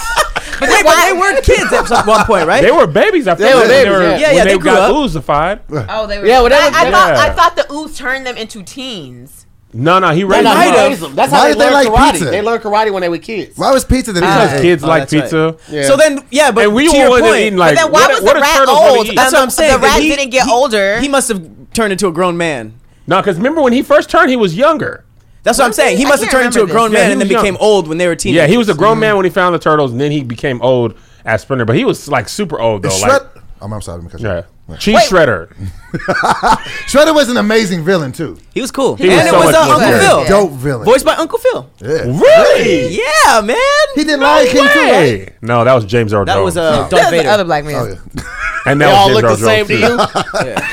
Speaker 5: but then why
Speaker 4: They were kids at some- one point, right?
Speaker 2: They were babies. I they
Speaker 1: were babies, yeah.
Speaker 2: When
Speaker 4: Yeah, yeah,
Speaker 2: they,
Speaker 4: they grew
Speaker 2: got
Speaker 4: up.
Speaker 2: oozified.
Speaker 5: Oh, they were.
Speaker 1: Yeah, well, that was-
Speaker 5: I, I thought
Speaker 2: yeah.
Speaker 5: I thought the ooze turned them into teens.
Speaker 2: No, no, he
Speaker 1: They
Speaker 2: raised
Speaker 1: know how
Speaker 4: might
Speaker 1: to
Speaker 4: have.
Speaker 2: them.
Speaker 1: raise them. That's how
Speaker 3: Why
Speaker 1: they
Speaker 3: did they
Speaker 1: learn
Speaker 3: like
Speaker 1: karate.
Speaker 3: pizza?
Speaker 1: They learn karate when they were kids.
Speaker 3: Why was pizza the
Speaker 2: Because
Speaker 3: uh,
Speaker 2: kids like
Speaker 4: Oh, that's right.
Speaker 2: pizza.
Speaker 1: Yeah.
Speaker 4: So then, yeah, but
Speaker 2: And we
Speaker 4: to
Speaker 2: were
Speaker 4: your
Speaker 2: one
Speaker 4: point,
Speaker 2: that eating like.
Speaker 5: then why
Speaker 2: what-
Speaker 5: was
Speaker 2: what
Speaker 5: the
Speaker 2: are
Speaker 5: rat
Speaker 2: turtles gonna
Speaker 5: old?
Speaker 2: eat?
Speaker 5: That's
Speaker 4: That's what I'm
Speaker 5: The
Speaker 4: saying. that
Speaker 5: rat didn't get
Speaker 4: he-
Speaker 5: older.
Speaker 4: He must have turned into a grown man.
Speaker 2: No, because remember when he first turned, he was younger.
Speaker 4: That's what I'm saying. He
Speaker 5: I
Speaker 4: must have
Speaker 5: can't
Speaker 4: turned into a
Speaker 5: remember
Speaker 4: grown
Speaker 2: this. Yeah,
Speaker 4: man
Speaker 2: he
Speaker 4: and then
Speaker 2: was young.
Speaker 4: became old when they were teenagers.
Speaker 2: Yeah, he was a grown
Speaker 4: Mm-hmm.
Speaker 2: man when he found the turtles, and then he became old as Splinter. But he was like super old though. Like,
Speaker 3: Shred- I'm, I'm sorry. Because
Speaker 2: yeah.
Speaker 3: yeah.
Speaker 2: Cheese
Speaker 5: Wait.
Speaker 2: shredder.
Speaker 3: Shredder was an amazing villain too.
Speaker 4: He was cool.
Speaker 2: was
Speaker 4: and
Speaker 2: so
Speaker 4: it was
Speaker 2: much
Speaker 4: uh,
Speaker 2: more
Speaker 4: Uncle
Speaker 5: good.
Speaker 4: Phil.
Speaker 5: Yeah.
Speaker 3: Dope villain.
Speaker 4: Voiced by Uncle Phil.
Speaker 3: Yeah.
Speaker 2: Really?
Speaker 4: Yeah, man.
Speaker 3: He did Lion King too. right?
Speaker 2: Hey. No, that was James Earl
Speaker 4: That
Speaker 2: Jones.
Speaker 4: was uh,
Speaker 5: That
Speaker 4: Darth
Speaker 5: was the
Speaker 4: Vader.
Speaker 5: other black man.
Speaker 3: Oh, yeah.
Speaker 2: and
Speaker 1: They
Speaker 2: that
Speaker 1: all
Speaker 2: was
Speaker 1: look the
Speaker 2: James
Speaker 1: same
Speaker 2: Earl Jones
Speaker 1: to you.
Speaker 2: too.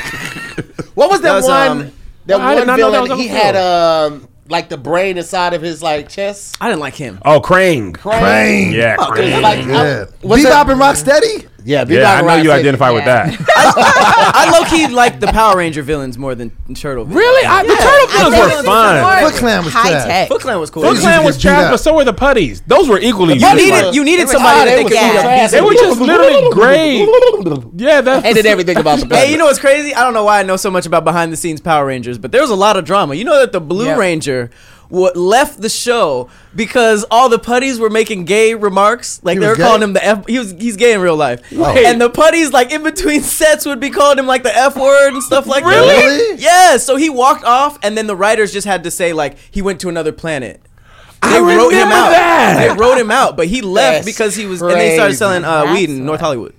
Speaker 1: What was
Speaker 4: That
Speaker 1: that
Speaker 4: was,
Speaker 1: one?
Speaker 4: um,
Speaker 1: that
Speaker 2: I did
Speaker 1: one
Speaker 2: not know that
Speaker 1: villain
Speaker 2: was Uncle
Speaker 1: he
Speaker 2: Phil.
Speaker 1: had um like the brain inside of his like chest.
Speaker 4: I didn't like him.
Speaker 2: Oh, Crane.
Speaker 1: Brain.
Speaker 2: Yeah,
Speaker 1: It's
Speaker 2: Crane.
Speaker 1: Like, I-
Speaker 3: Yeah.
Speaker 1: Uh, what's
Speaker 3: Bebop
Speaker 1: that?
Speaker 3: and Rocksteady.
Speaker 1: Yeah, Bebop
Speaker 2: yeah, I
Speaker 1: and
Speaker 2: know you
Speaker 1: Rocksteady.
Speaker 2: identify with
Speaker 5: Yeah.
Speaker 2: that.
Speaker 4: I low key like the Power Ranger villains more than Turtle. Villains.
Speaker 2: really? I, the turtle
Speaker 5: I
Speaker 2: villains
Speaker 5: think it
Speaker 2: were
Speaker 5: was
Speaker 2: fun.
Speaker 5: more
Speaker 3: Foot Clan was
Speaker 5: high
Speaker 3: trash.
Speaker 5: tech.
Speaker 4: Foot Clan was cool.
Speaker 2: Foot
Speaker 3: Foot
Speaker 2: Clan
Speaker 3: Clan
Speaker 2: was
Speaker 3: was
Speaker 2: trash,
Speaker 3: beat
Speaker 2: but
Speaker 3: up.
Speaker 2: so were the putties. Those were equally.
Speaker 4: You
Speaker 2: useless.
Speaker 4: needed you needed
Speaker 1: They were-
Speaker 4: somebody
Speaker 1: oh,
Speaker 4: that
Speaker 1: were
Speaker 4: could
Speaker 5: yeah.
Speaker 4: beat up.
Speaker 1: trash.
Speaker 2: They were just literally great. Yeah, that's
Speaker 1: Hated everything about the
Speaker 4: Hey,
Speaker 1: Hey,
Speaker 4: you know what's crazy? I don't know why I know so much about behind the scenes Power Rangers, but there was a lot of drama. You know that the Blue
Speaker 1: Yeah.
Speaker 4: Ranger what left the show because all the putties were making gay remarks. Like
Speaker 3: He
Speaker 4: they were
Speaker 3: was gay?
Speaker 4: calling him the F he was he's gay in real life.
Speaker 2: Wait.
Speaker 4: And the putties like in between sets would be calling him like the F word and stuff like that.
Speaker 3: Really?
Speaker 4: Yeah. So he walked off and then the writers just had to say like he went to another planet.
Speaker 2: I remember
Speaker 4: out.
Speaker 2: that.
Speaker 4: They wrote him out, but he left
Speaker 1: That's
Speaker 4: because he was and they started
Speaker 1: crazy.
Speaker 4: selling uh, weed
Speaker 5: That's
Speaker 4: in North Hollywood.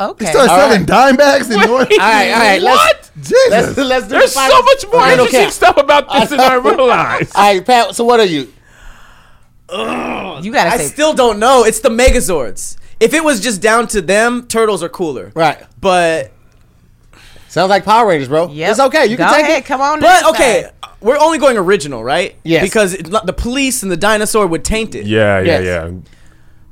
Speaker 5: Okay.
Speaker 3: He started
Speaker 1: All
Speaker 3: selling dime bags in North.
Speaker 1: all right, all right. Let's,
Speaker 2: What?
Speaker 3: Jesus.
Speaker 1: Let's, let's do
Speaker 2: There's
Speaker 1: the
Speaker 2: so
Speaker 1: final-
Speaker 2: much more
Speaker 1: Okay,
Speaker 2: interesting
Speaker 1: okay.
Speaker 2: stuff about this than I realized.
Speaker 1: All right, Pat. So what are you?
Speaker 5: you gotta
Speaker 4: I
Speaker 5: say
Speaker 4: still don't know. It's the Megazords. If it was just down to them, turtles are cooler.
Speaker 1: Right.
Speaker 4: But
Speaker 1: Sounds like Power Rangers, bro.
Speaker 5: Yep.
Speaker 1: It's okay. You
Speaker 5: Go
Speaker 1: can take
Speaker 5: ahead,
Speaker 1: it.
Speaker 5: Come on.
Speaker 4: but
Speaker 5: down,
Speaker 4: okay,
Speaker 5: son.
Speaker 4: we're only going original, right?
Speaker 1: Yes.
Speaker 4: Because it, the police and the dinosaur would taint it.
Speaker 2: Yeah, yeah,
Speaker 1: Yes.
Speaker 2: yeah.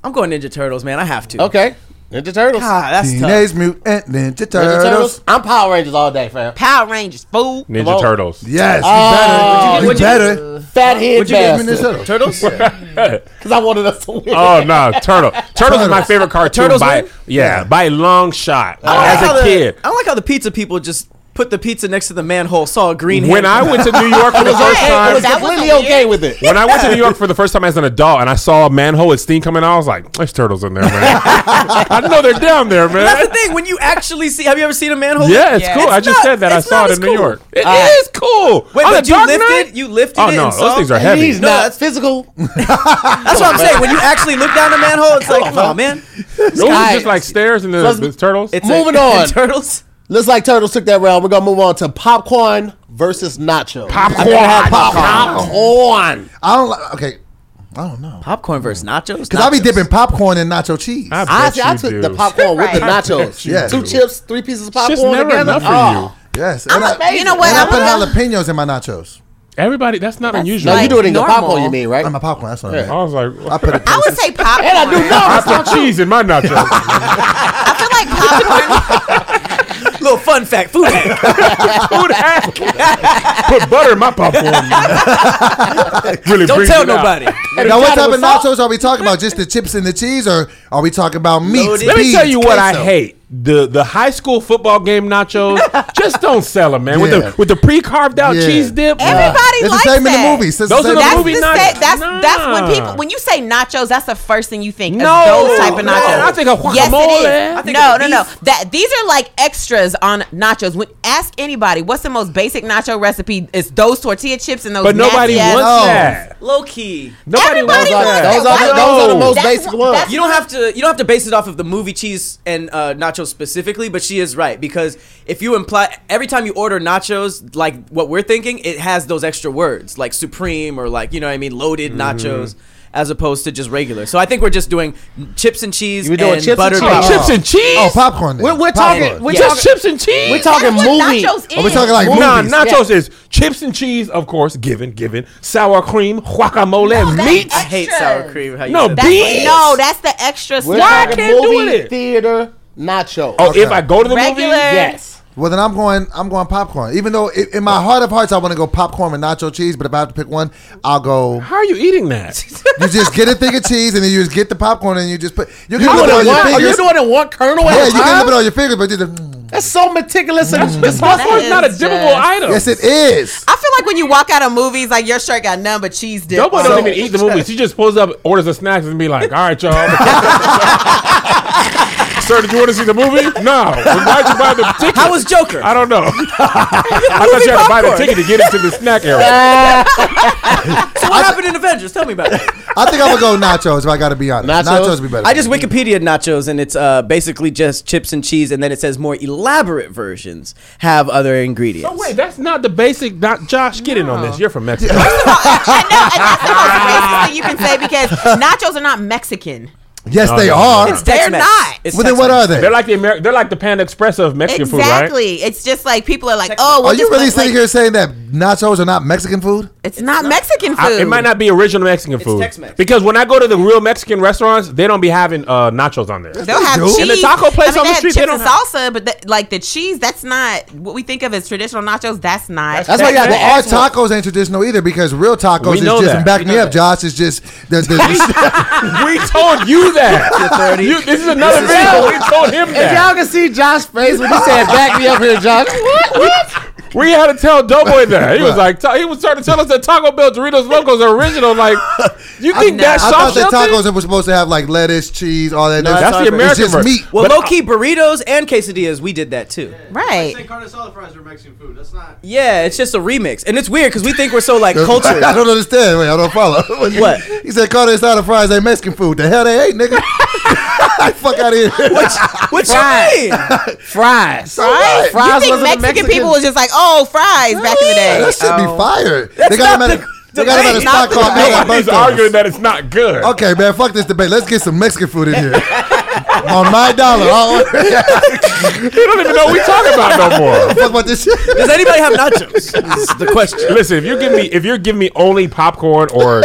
Speaker 4: I'm going Ninja Turtles, man. I have to.
Speaker 1: Okay. Ninja Turtles.
Speaker 4: Ah, that's tough.
Speaker 3: Teenage Mutant Ninja
Speaker 1: Ninja Turtles.
Speaker 3: Turtles.
Speaker 1: I'm Power Rangers all day, fam.
Speaker 5: Power Rangers. Fool.
Speaker 2: Ninja
Speaker 1: Come on.
Speaker 2: Turtles.
Speaker 3: Yes,
Speaker 1: Oh.
Speaker 3: we
Speaker 4: What'd
Speaker 3: better. We
Speaker 4: you get? What'd
Speaker 3: better.
Speaker 1: Fat head
Speaker 4: What'd you give me
Speaker 1: bastard.
Speaker 3: Turtles.
Speaker 4: Turtles?
Speaker 1: Because I wanted us to win.
Speaker 2: Oh no, turtle! Turtles is my
Speaker 3: Turtles.
Speaker 2: favorite cartoon
Speaker 4: Turtles
Speaker 2: by
Speaker 4: win?
Speaker 2: yeah, by a long shot.
Speaker 1: Oh,
Speaker 4: I like how
Speaker 2: As a
Speaker 4: the-
Speaker 2: kid,
Speaker 4: I don't like how the pizza people just put the pizza next to the manhole, saw a green hand.
Speaker 2: when I went to New York for the first
Speaker 5: Hey,
Speaker 1: I
Speaker 2: time,
Speaker 1: was
Speaker 5: That was
Speaker 1: completely
Speaker 5: weird.
Speaker 1: okay with it.
Speaker 2: when I went to New York for the first time as an adult, and I saw a manhole with steam coming out, I was like, "There's turtles in there, man." I know they're down there, man.
Speaker 4: That's the thing. When you actually see, have you ever seen a manhole?
Speaker 2: Yeah, it's
Speaker 5: Yeah.
Speaker 2: cool.
Speaker 5: It's
Speaker 2: I just
Speaker 4: not-
Speaker 2: said that I
Speaker 4: it's
Speaker 2: saw
Speaker 4: not
Speaker 2: it
Speaker 4: as
Speaker 2: in New
Speaker 4: cool. Uh,
Speaker 2: York. It is
Speaker 1: right.
Speaker 2: cool.
Speaker 4: Wait,
Speaker 2: On
Speaker 4: but
Speaker 2: a
Speaker 4: you
Speaker 2: dark
Speaker 4: lifted,
Speaker 2: night?
Speaker 4: you lifted
Speaker 2: oh
Speaker 4: it.
Speaker 2: no,
Speaker 4: and
Speaker 2: those
Speaker 4: saw-
Speaker 2: things are heavy.
Speaker 1: He's not
Speaker 4: that's-
Speaker 1: physical.
Speaker 4: That's what I'm saying. When you actually look down the manhole, it's like, come on, man.
Speaker 2: Those are
Speaker 1: guys.
Speaker 2: just like stairs and the,
Speaker 1: Let's-
Speaker 2: the turtles.
Speaker 4: It's
Speaker 1: Moving
Speaker 4: a-
Speaker 1: on.
Speaker 4: Turtles.
Speaker 1: Looks like Turtles took that round. We're gonna move on to popcorn versus nacho.
Speaker 2: Popcorn.
Speaker 1: I mean, I had popcorn. Popcorn.
Speaker 3: I don't like. Okay, I don't know.
Speaker 4: Popcorn versus nachos.
Speaker 3: Because I be
Speaker 4: Nachos.
Speaker 3: dipping popcorn and nacho cheese.
Speaker 2: I
Speaker 1: I,
Speaker 2: bet
Speaker 1: I
Speaker 2: you
Speaker 1: took
Speaker 2: do.
Speaker 1: the popcorn with the
Speaker 5: Right.
Speaker 1: nachos.
Speaker 3: Yeah.
Speaker 1: Two chips, three pieces of
Speaker 2: Shit's
Speaker 1: popcorn
Speaker 2: never
Speaker 1: together.
Speaker 2: enough for
Speaker 1: Oh.
Speaker 3: yes,
Speaker 5: I'm
Speaker 3: and I,
Speaker 5: a- you know what?
Speaker 3: and I
Speaker 5: I'm
Speaker 3: put
Speaker 5: a-
Speaker 3: jalapenos in my nachos.
Speaker 2: Everybody, that's not unusual.
Speaker 1: No, you
Speaker 5: Like
Speaker 1: do it in the
Speaker 5: normal.
Speaker 1: popcorn. You mean right?
Speaker 3: I'm a popcorn. That's what I meant.
Speaker 2: I was like,
Speaker 3: I put it.
Speaker 5: I would say popcorn.
Speaker 1: And I do
Speaker 2: I
Speaker 1: not.
Speaker 2: put cheese in my nachos.
Speaker 5: I feel like popcorn.
Speaker 4: Little fun fact, food hack.
Speaker 2: Who the heck put butter in my popcorn? really
Speaker 4: Don't
Speaker 2: brings
Speaker 4: tell
Speaker 2: it out.
Speaker 4: nobody.
Speaker 1: And
Speaker 3: Now,
Speaker 1: you
Speaker 3: what
Speaker 1: got it
Speaker 3: type of
Speaker 1: with salt?
Speaker 3: nachos are we talking about? Just the chips and the cheese, or are we talking about meat?
Speaker 4: Loaded.
Speaker 2: Let me tell you what I
Speaker 3: queso?
Speaker 2: hate. The the high school football game nachos just don't sell them, man. With
Speaker 3: Yeah.
Speaker 2: the with the pre carved out
Speaker 3: Yeah.
Speaker 2: cheese dip, uh,
Speaker 5: Everybody
Speaker 3: It's the
Speaker 5: likes
Speaker 3: same
Speaker 5: that.
Speaker 3: in the movies.
Speaker 2: Those
Speaker 3: It's the
Speaker 2: are
Speaker 3: same
Speaker 2: the
Speaker 3: in
Speaker 5: That's
Speaker 3: the
Speaker 2: movie
Speaker 5: the
Speaker 2: nachos.
Speaker 5: sa- that's that's
Speaker 2: Nah.
Speaker 5: when people when you say nachos, that's the first thing you think.
Speaker 2: No.
Speaker 5: of those type of
Speaker 2: No,
Speaker 5: nachos.
Speaker 2: I think of
Speaker 5: Yes,
Speaker 2: guacamole.
Speaker 5: it is.
Speaker 2: I
Speaker 4: think
Speaker 5: no,
Speaker 4: of
Speaker 5: no, no.
Speaker 4: beef.
Speaker 5: That these are like extras on nachos. When ask anybody, what's the most basic nacho recipe? It's those tortilla chips and those.
Speaker 2: but nobody
Speaker 5: nasty-ass-
Speaker 2: wants
Speaker 3: No.
Speaker 2: that.
Speaker 4: Low key.
Speaker 2: Nobody wants
Speaker 5: Everybody wants
Speaker 2: that.
Speaker 5: that.
Speaker 1: Those are the-
Speaker 5: Why-
Speaker 1: those are the most
Speaker 5: That's
Speaker 1: basic
Speaker 5: what-
Speaker 1: ones.
Speaker 5: that's
Speaker 4: You don't have to. You don't have to base it off of the movie cheese and uh, nachos specifically, but she is right because if you imply every time you order nachos, like what we're thinking, it has those extra words like supreme or like you know what I mean, loaded
Speaker 2: Mm-hmm.
Speaker 4: nachos, as opposed to just regular. So I think we're just doing chips and cheese
Speaker 1: You were doing
Speaker 4: and
Speaker 1: chips and
Speaker 4: buttered
Speaker 1: cheese.
Speaker 2: Oh,
Speaker 4: bacon.
Speaker 2: chips and cheese.
Speaker 3: Oh, popcorn. then.
Speaker 1: We're, we're
Speaker 3: Popcorn.
Speaker 1: talking. We're
Speaker 2: just
Speaker 1: talking.
Speaker 2: chips and cheese.
Speaker 1: We're talking
Speaker 5: That's what
Speaker 1: movie.
Speaker 5: nachos
Speaker 3: Are we
Speaker 5: is.
Speaker 3: talking like movies?
Speaker 2: Nah, nachos
Speaker 1: yeah.
Speaker 2: is chips and cheese, of course, given, given. Sour cream, guacamole,
Speaker 5: No, that's
Speaker 2: meat.
Speaker 4: I hate sour cream. How you
Speaker 2: No,
Speaker 4: said
Speaker 5: That's,
Speaker 4: that.
Speaker 2: beans.
Speaker 5: no, that's the extra
Speaker 1: We're
Speaker 5: stuff.
Speaker 2: Why
Speaker 1: talking
Speaker 2: can't do
Speaker 1: movie
Speaker 2: it?
Speaker 1: theater nachos.
Speaker 2: Oh,
Speaker 3: Okay.
Speaker 2: if I go to the
Speaker 5: Regular.
Speaker 2: movie,
Speaker 1: yes.
Speaker 3: Well, then I'm going. I'm going popcorn. Even though i in my heart of hearts I want to go popcorn with nacho cheese, but if I have to pick one, I'll go.
Speaker 2: how are you eating that?
Speaker 3: You just get a thing of cheese and then you just get the popcorn and you just put. You
Speaker 1: You
Speaker 3: can
Speaker 1: doing
Speaker 3: put it on
Speaker 1: it
Speaker 3: your
Speaker 1: one- are you
Speaker 3: fingers.
Speaker 1: doing it one kernel
Speaker 3: Yeah,
Speaker 1: at a
Speaker 3: you can
Speaker 1: time?
Speaker 3: put it on your fingers, but you just,
Speaker 1: That's so meticulous and this
Speaker 2: Popcorn's
Speaker 5: is
Speaker 2: not a dippable
Speaker 5: just-
Speaker 2: item.
Speaker 3: yes, it is.
Speaker 5: I feel like when you walk out of movies, like your shirt got none but cheese dip.
Speaker 2: Nobody
Speaker 5: on
Speaker 2: don't
Speaker 5: it.
Speaker 2: even eat the movie. She just pulls up, orders the snacks, and be like, "All right, y'all." Sir, did you want to see the movie? No. Then Why'd you buy the ticket?
Speaker 4: How was Joker?
Speaker 2: I don't know. I thought you had to buy the ticket to get into the snack area.
Speaker 4: So what happened in Avengers? Tell me about it.
Speaker 3: I think I'm gonna go nachos. If I gotta be honest,
Speaker 1: Nachos?
Speaker 3: nachos, be better.
Speaker 4: I just Wikipedia nachos, and it's uh, basically just chips and cheese, and then it says more elaborate versions have other ingredients.
Speaker 2: Oh wait, that's not the basic. Not Josh, get in on this. You're from Mexico.
Speaker 5: I know, and that's the most racist thing you can say because nachos are not Mexican.
Speaker 3: yes, they
Speaker 2: no,
Speaker 3: are.
Speaker 2: no.
Speaker 3: Well,
Speaker 5: They're
Speaker 4: Tex-Mex.
Speaker 5: not.
Speaker 4: It's
Speaker 3: then what
Speaker 4: Tex-Mex.
Speaker 3: are they?
Speaker 2: they're like the Ameri- They're like the Panda Express of Mexican food, right?
Speaker 5: Exactly. It's just like people are like, oh, well,
Speaker 3: are you
Speaker 5: just
Speaker 3: really
Speaker 5: like-
Speaker 3: sitting
Speaker 5: like,
Speaker 3: here saying that nachos are not Mexican food?
Speaker 5: It's not Mexican food.
Speaker 2: I- it might not be original Mexican food.
Speaker 4: Tex-Mex.
Speaker 2: Because when I go to the real Mexican restaurants, they don't be having uh, nachos on there.
Speaker 5: They'll have
Speaker 3: do.
Speaker 5: cheese.
Speaker 2: And the taco place
Speaker 5: I mean,
Speaker 2: on the
Speaker 5: they have
Speaker 2: street, they
Speaker 5: chips
Speaker 2: don't
Speaker 5: and salsa, but the, like the cheese, that's not what we think of as traditional nachos. That's not.
Speaker 1: That's why you got
Speaker 3: Well, our
Speaker 1: to ask.
Speaker 3: tacos ain't traditional either because real tacos
Speaker 2: We
Speaker 3: is
Speaker 2: know
Speaker 3: just
Speaker 2: that.
Speaker 3: and back
Speaker 2: We
Speaker 3: me
Speaker 2: know
Speaker 3: up, Josh. Is just the, the,
Speaker 2: we told you that. You- this is another video. We told
Speaker 1: If
Speaker 2: him
Speaker 1: y'all
Speaker 2: that.
Speaker 1: can see Josh's face when he said, "Back me up here, Josh." What? What?
Speaker 2: We had to tell Doughboy that. He was like, he was trying to tell us that Taco Bell Doritos Locos are original. Like, you think
Speaker 5: no.
Speaker 2: that
Speaker 3: I thought
Speaker 2: soft
Speaker 3: that
Speaker 2: shell thing?
Speaker 3: tacos were supposed to have like lettuce, cheese, all that.
Speaker 2: that's the
Speaker 3: It's
Speaker 2: American
Speaker 3: just
Speaker 2: version.
Speaker 3: meat.
Speaker 4: Well,
Speaker 2: But
Speaker 4: low key burritos and quesadillas, we did that too.
Speaker 5: Right.
Speaker 6: Say carne salad fries are Mexican food. That's not.
Speaker 4: Yeah, it's just a remix, and it's weird because we think we're so like
Speaker 3: Culture.
Speaker 4: cultured.
Speaker 3: I don't understand. Wait, I don't follow.
Speaker 4: What?
Speaker 3: He said, "Call this side of fries ain't Mexican food." The hell they ain't, nigga. Fuck out of here.
Speaker 4: What you mean?
Speaker 1: Fries. Fries
Speaker 5: Fries? you
Speaker 1: wasn't a
Speaker 5: think Mexican,
Speaker 1: Mexican-
Speaker 5: people was just like, oh, fries back in the day?
Speaker 3: That should be
Speaker 5: Oh.
Speaker 3: fired. They got him
Speaker 4: not
Speaker 3: at a,
Speaker 4: the
Speaker 3: they got him at a
Speaker 5: debate.
Speaker 3: spot
Speaker 5: Not the
Speaker 3: called
Speaker 5: debate.
Speaker 3: Mega
Speaker 2: He's
Speaker 3: Burgers.
Speaker 2: arguing that it's not good.
Speaker 3: Okay, man, fuck this debate. Let's get some Mexican food in here. On my dollar, I'll
Speaker 2: He don't even know what we talking about no more.
Speaker 3: fuck about this shit.
Speaker 4: Does anybody have nachos? Is the question.
Speaker 2: Listen, if you're giving me if you're giving me only popcorn or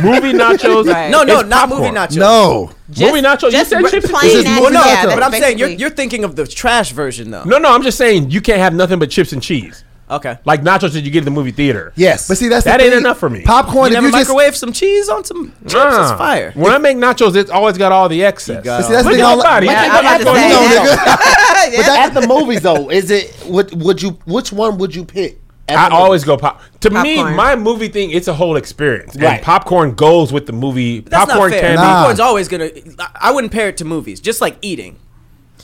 Speaker 2: movie nachos,
Speaker 5: Right.
Speaker 4: No, no,
Speaker 2: it's
Speaker 4: not
Speaker 2: popcorn.
Speaker 4: movie nachos.
Speaker 3: No,
Speaker 5: Just-
Speaker 2: Movie nachos? You
Speaker 5: just
Speaker 2: said
Speaker 5: re-
Speaker 2: chips and
Speaker 5: plain
Speaker 3: cheese.
Speaker 5: nachos.
Speaker 4: Well, no,
Speaker 5: Yeah,
Speaker 4: but
Speaker 5: that's
Speaker 4: I'm saying you're,
Speaker 5: basically-
Speaker 4: you're thinking of the trash version though.
Speaker 2: No, no, I'm just saying you can't have nothing but chips and cheese.
Speaker 4: Okay.
Speaker 2: Like nachos that you get at the movie theater.
Speaker 1: Yes.
Speaker 3: but see that's
Speaker 2: That
Speaker 3: the
Speaker 2: ain't
Speaker 3: thing.
Speaker 2: enough for me.
Speaker 3: Popcorn.
Speaker 4: You
Speaker 3: if
Speaker 4: never
Speaker 3: you just
Speaker 4: microwave some cheese on some chips? That's
Speaker 2: Uh,
Speaker 4: fire.
Speaker 2: When I make nachos, it's always got all the excess.
Speaker 4: got
Speaker 3: But see, that's the
Speaker 2: Look
Speaker 3: thing.
Speaker 2: at
Speaker 3: I
Speaker 2: my
Speaker 3: don't like-
Speaker 2: body.
Speaker 5: Yeah,
Speaker 2: You
Speaker 5: I'm
Speaker 2: think I'm
Speaker 5: about to
Speaker 2: gonna
Speaker 5: say
Speaker 2: eat all
Speaker 5: that.
Speaker 2: that?
Speaker 1: But that, at the movies though, is it would would you which one would you pick? At
Speaker 2: I
Speaker 1: the movies?
Speaker 2: always go pop. To me,
Speaker 5: Popcorn.
Speaker 2: my movie thing, it's a whole experience,
Speaker 1: Right.
Speaker 2: and popcorn goes with the movie.
Speaker 4: That's
Speaker 2: popcorn
Speaker 4: not fair.
Speaker 2: can
Speaker 3: Nah.
Speaker 4: Popcorn's always gonna. I I wouldn't pair it to movies. Just like eating.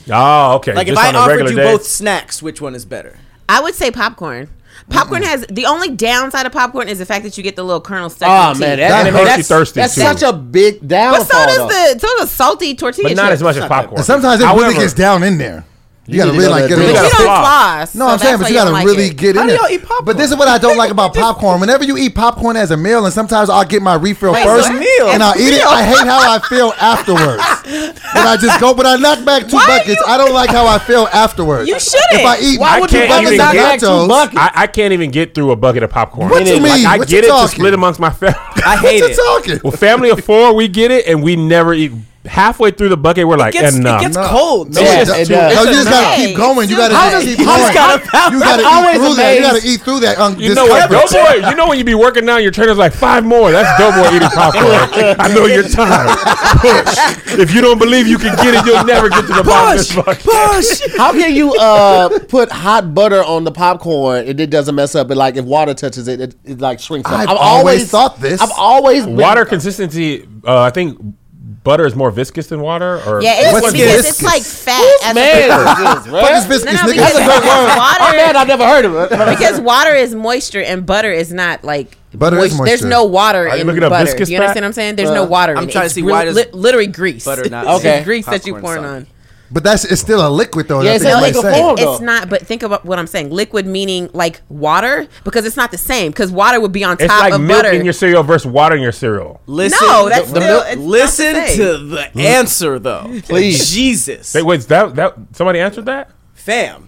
Speaker 2: be. Oh, okay.
Speaker 4: Like if
Speaker 2: just
Speaker 4: I
Speaker 2: on a
Speaker 4: offered
Speaker 2: regular
Speaker 4: you
Speaker 2: day.
Speaker 4: both snacks, which one is better?
Speaker 5: I would say popcorn. Popcorn has the only downside of popcorn is the fact that you get the little kernel stuck.
Speaker 2: Ah,
Speaker 1: Oh
Speaker 5: in your
Speaker 1: man,
Speaker 5: teeth.
Speaker 1: that,
Speaker 2: and it makes you
Speaker 1: that's,
Speaker 2: thirsty
Speaker 1: that's
Speaker 2: too.
Speaker 1: such a big
Speaker 5: But
Speaker 1: downfall.
Speaker 5: so does
Speaker 1: though.
Speaker 5: the so does salty tortilla.
Speaker 2: but not
Speaker 5: chips.
Speaker 2: as much as popcorn.
Speaker 3: And sometimes it
Speaker 2: However,
Speaker 3: really gets down in there. You gotta
Speaker 1: need to
Speaker 3: really
Speaker 1: go to
Speaker 3: like get
Speaker 1: that
Speaker 3: a
Speaker 5: But
Speaker 2: You
Speaker 5: you
Speaker 2: gotta
Speaker 5: don't
Speaker 3: little.
Speaker 2: floss.
Speaker 5: floss.
Speaker 3: No,
Speaker 5: so
Speaker 3: I'm saying,
Speaker 5: that's
Speaker 3: but you
Speaker 5: why
Speaker 3: gotta
Speaker 5: don't like
Speaker 3: really
Speaker 5: it.
Speaker 3: get in
Speaker 4: How do
Speaker 3: there.
Speaker 4: y'all eat popcorn?
Speaker 3: But this is what I don't like about popcorn. Whenever you eat popcorn as a meal, and sometimes I'll get my refill
Speaker 5: Wait,
Speaker 3: first,
Speaker 5: what?
Speaker 3: and I'll eat it. I hate how I feel afterwards. when I just go, but I knock back two
Speaker 5: Why are
Speaker 3: buckets.
Speaker 5: you-
Speaker 3: I don't like how I feel afterwards.
Speaker 5: You shouldn't.
Speaker 3: If I eat,
Speaker 1: Why
Speaker 2: I
Speaker 1: would you
Speaker 2: can't
Speaker 1: bucket
Speaker 2: even
Speaker 1: knock
Speaker 2: get
Speaker 1: back
Speaker 3: nachos.
Speaker 1: two buckets?
Speaker 2: I, I can't even get through a bucket of popcorn.
Speaker 3: What you
Speaker 2: Like,
Speaker 3: mean?
Speaker 2: I
Speaker 3: What you
Speaker 2: get it to
Speaker 3: talking?
Speaker 2: split amongst my family.
Speaker 4: I
Speaker 3: what
Speaker 4: hate
Speaker 3: you
Speaker 4: it.
Speaker 3: talking?
Speaker 2: well, family of four, we get it, and we never eat. Halfway through the bucket, we're like,
Speaker 4: gets- it
Speaker 2: enough.
Speaker 4: gets-
Speaker 3: No.
Speaker 4: cold.
Speaker 3: No,
Speaker 1: Yes,
Speaker 3: it
Speaker 1: it does.
Speaker 3: does. No, you just gotta
Speaker 5: Hey,
Speaker 3: keep going. You
Speaker 5: it's
Speaker 3: gotta just
Speaker 5: okay.
Speaker 3: keep
Speaker 5: You
Speaker 3: going.
Speaker 5: just
Speaker 4: gotta-
Speaker 3: You
Speaker 1: I'm
Speaker 3: gotta eat
Speaker 1: always
Speaker 3: through that. You
Speaker 1: amazed.
Speaker 3: gotta eat through that. Um,
Speaker 2: You know what,
Speaker 3: discomfort.
Speaker 2: Doughboy? You know when you be working now, and your trainer's like five more. That's Doughboy eating popcorn. I know your time. Push. If you don't believe you can get it, you'll never get to the bottom of this
Speaker 4: Push,
Speaker 2: fucking.
Speaker 4: push.
Speaker 1: How can you uh, put hot butter on the popcorn and it doesn't mess up? But like if water touches it, it, it like shrinks. Up.
Speaker 3: I've always thought this.
Speaker 1: I've always been-
Speaker 2: Water consistency. Uh, I think butter is more viscous than water. Or
Speaker 5: Yeah, it's
Speaker 3: What's
Speaker 5: because
Speaker 3: this?
Speaker 5: it's like fat. as
Speaker 1: Man,
Speaker 5: opposed-
Speaker 1: Jesus,
Speaker 3: Fuck
Speaker 1: man.
Speaker 3: this biscuits,
Speaker 5: No, no,
Speaker 3: nigga.
Speaker 5: because it's
Speaker 1: I'm mad
Speaker 5: water.
Speaker 1: I never heard of it.
Speaker 5: Because water is moisture and butter is not like
Speaker 3: Butter is
Speaker 5: moist- There's
Speaker 3: moisture.
Speaker 5: no water
Speaker 2: Are you
Speaker 5: in
Speaker 2: looking
Speaker 5: butter.
Speaker 2: up
Speaker 5: You
Speaker 2: viscous
Speaker 5: understand
Speaker 2: fat?
Speaker 5: what I'm saying? There's no water.
Speaker 4: I'm
Speaker 5: in it.
Speaker 4: trying to
Speaker 5: It's
Speaker 4: see why does
Speaker 5: li- literally grease.
Speaker 4: butter not
Speaker 1: Okay.
Speaker 5: It's grease that you
Speaker 4: Popcorn
Speaker 5: pouring
Speaker 4: solid.
Speaker 5: on.
Speaker 3: But that's it's still a liquid though.
Speaker 1: Yeah,
Speaker 3: That's
Speaker 1: it's
Speaker 3: what
Speaker 1: a
Speaker 3: I'm
Speaker 1: liquid
Speaker 3: saying.
Speaker 1: form. though.
Speaker 5: It's not, but think about what I'm saying. Liquid meaning like water, because it's not the same. Because water would be on
Speaker 2: It's
Speaker 5: top
Speaker 2: like
Speaker 5: of
Speaker 2: milk
Speaker 5: butter.
Speaker 2: in your cereal versus water in your cereal.
Speaker 4: Listen,
Speaker 5: No, that's
Speaker 4: the,
Speaker 5: still- it's not
Speaker 4: listen
Speaker 5: the same.
Speaker 4: to the answer though.
Speaker 1: Please.
Speaker 4: Jesus,
Speaker 2: Wait, wait, is that that somebody answered that?
Speaker 4: fam.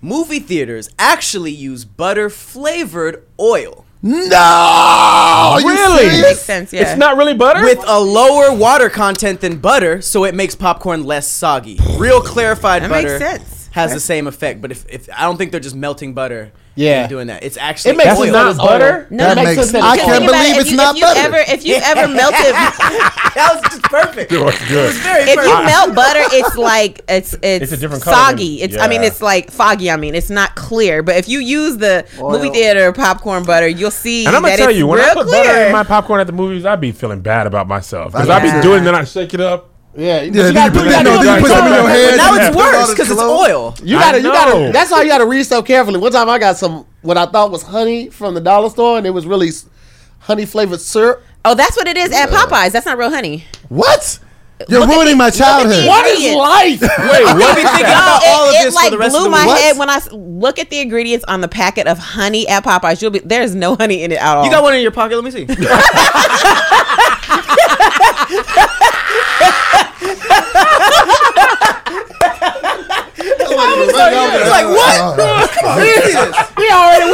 Speaker 4: Movie theaters actually use butter flavored oil
Speaker 3: No, are you
Speaker 2: Really?
Speaker 5: Makes
Speaker 3: serious?
Speaker 5: sense. Yeah.
Speaker 2: It's not really butter.
Speaker 4: with a lower water content than butter, so it makes popcorn less soggy. Real clarified
Speaker 5: That makes
Speaker 4: butter
Speaker 5: sense.
Speaker 4: has the same effect, but if, if I don't think they're just melting butter,
Speaker 1: Yeah.
Speaker 4: and doing that, it's actually
Speaker 1: It makes
Speaker 2: That's
Speaker 1: sense
Speaker 4: oil.
Speaker 2: not
Speaker 1: that it's
Speaker 2: butter?
Speaker 1: oil.
Speaker 5: No,
Speaker 1: That
Speaker 5: because
Speaker 1: makes
Speaker 3: makes-
Speaker 1: sense. that it's
Speaker 3: I
Speaker 5: think
Speaker 3: can't
Speaker 1: oil.
Speaker 5: about it,
Speaker 3: believe
Speaker 5: if
Speaker 3: it's
Speaker 5: you,
Speaker 3: not
Speaker 5: if you
Speaker 3: butter.
Speaker 5: Ever, if you ever melted,
Speaker 4: that was just perfect.
Speaker 2: Oh, it's good.
Speaker 4: Very
Speaker 5: if you
Speaker 4: perfect.
Speaker 5: melt butter, it's like it's it's,
Speaker 2: It's a different color
Speaker 5: soggy.
Speaker 2: than-
Speaker 5: it's I mean
Speaker 2: yeah.
Speaker 5: it's like foggy. I mean it's not clear. But if you use the movie theater popcorn butter, you'll see.
Speaker 2: And I'm gonna
Speaker 5: that
Speaker 2: tell
Speaker 5: it's
Speaker 2: you, when
Speaker 5: real
Speaker 2: I put
Speaker 5: clear.
Speaker 2: butter in my popcorn at the movies, I'd be feeling bad about myself because I'd
Speaker 5: Yeah.
Speaker 2: be doing, it, then I shake it up.
Speaker 1: Yeah,
Speaker 3: Yeah,
Speaker 1: you gotta
Speaker 3: then
Speaker 1: do
Speaker 3: you
Speaker 1: that.
Speaker 3: put it in- then you put it in your
Speaker 4: But
Speaker 3: head.
Speaker 4: now
Speaker 2: Yeah.
Speaker 4: it's worse because it's
Speaker 3: Cologne.
Speaker 4: oil.
Speaker 1: You
Speaker 2: I
Speaker 1: gotta, you gotta.
Speaker 2: know.
Speaker 1: That's why you gotta read so carefully. One time I got some what I thought was honey from the dollar store, and it was really s- honey flavored syrup.
Speaker 5: oh, that's what it is at Popeyes. That's not real honey.
Speaker 3: What? You're
Speaker 5: Look at
Speaker 3: ruining
Speaker 5: the-
Speaker 3: my
Speaker 5: look at
Speaker 3: childhood.
Speaker 5: the-
Speaker 1: What is life?
Speaker 2: Wait, what?
Speaker 4: Be thinking about
Speaker 5: it,
Speaker 4: all of
Speaker 5: it,
Speaker 4: this
Speaker 5: like
Speaker 4: for the rest
Speaker 5: blew
Speaker 4: of the
Speaker 5: my
Speaker 4: week.
Speaker 5: head when I s- look at the ingredients on the packet of honey at Popeyes. You'll be there's no honey in it at all.
Speaker 4: You got one in your pocket? Let me see.
Speaker 3: It's
Speaker 4: like, what?
Speaker 1: we already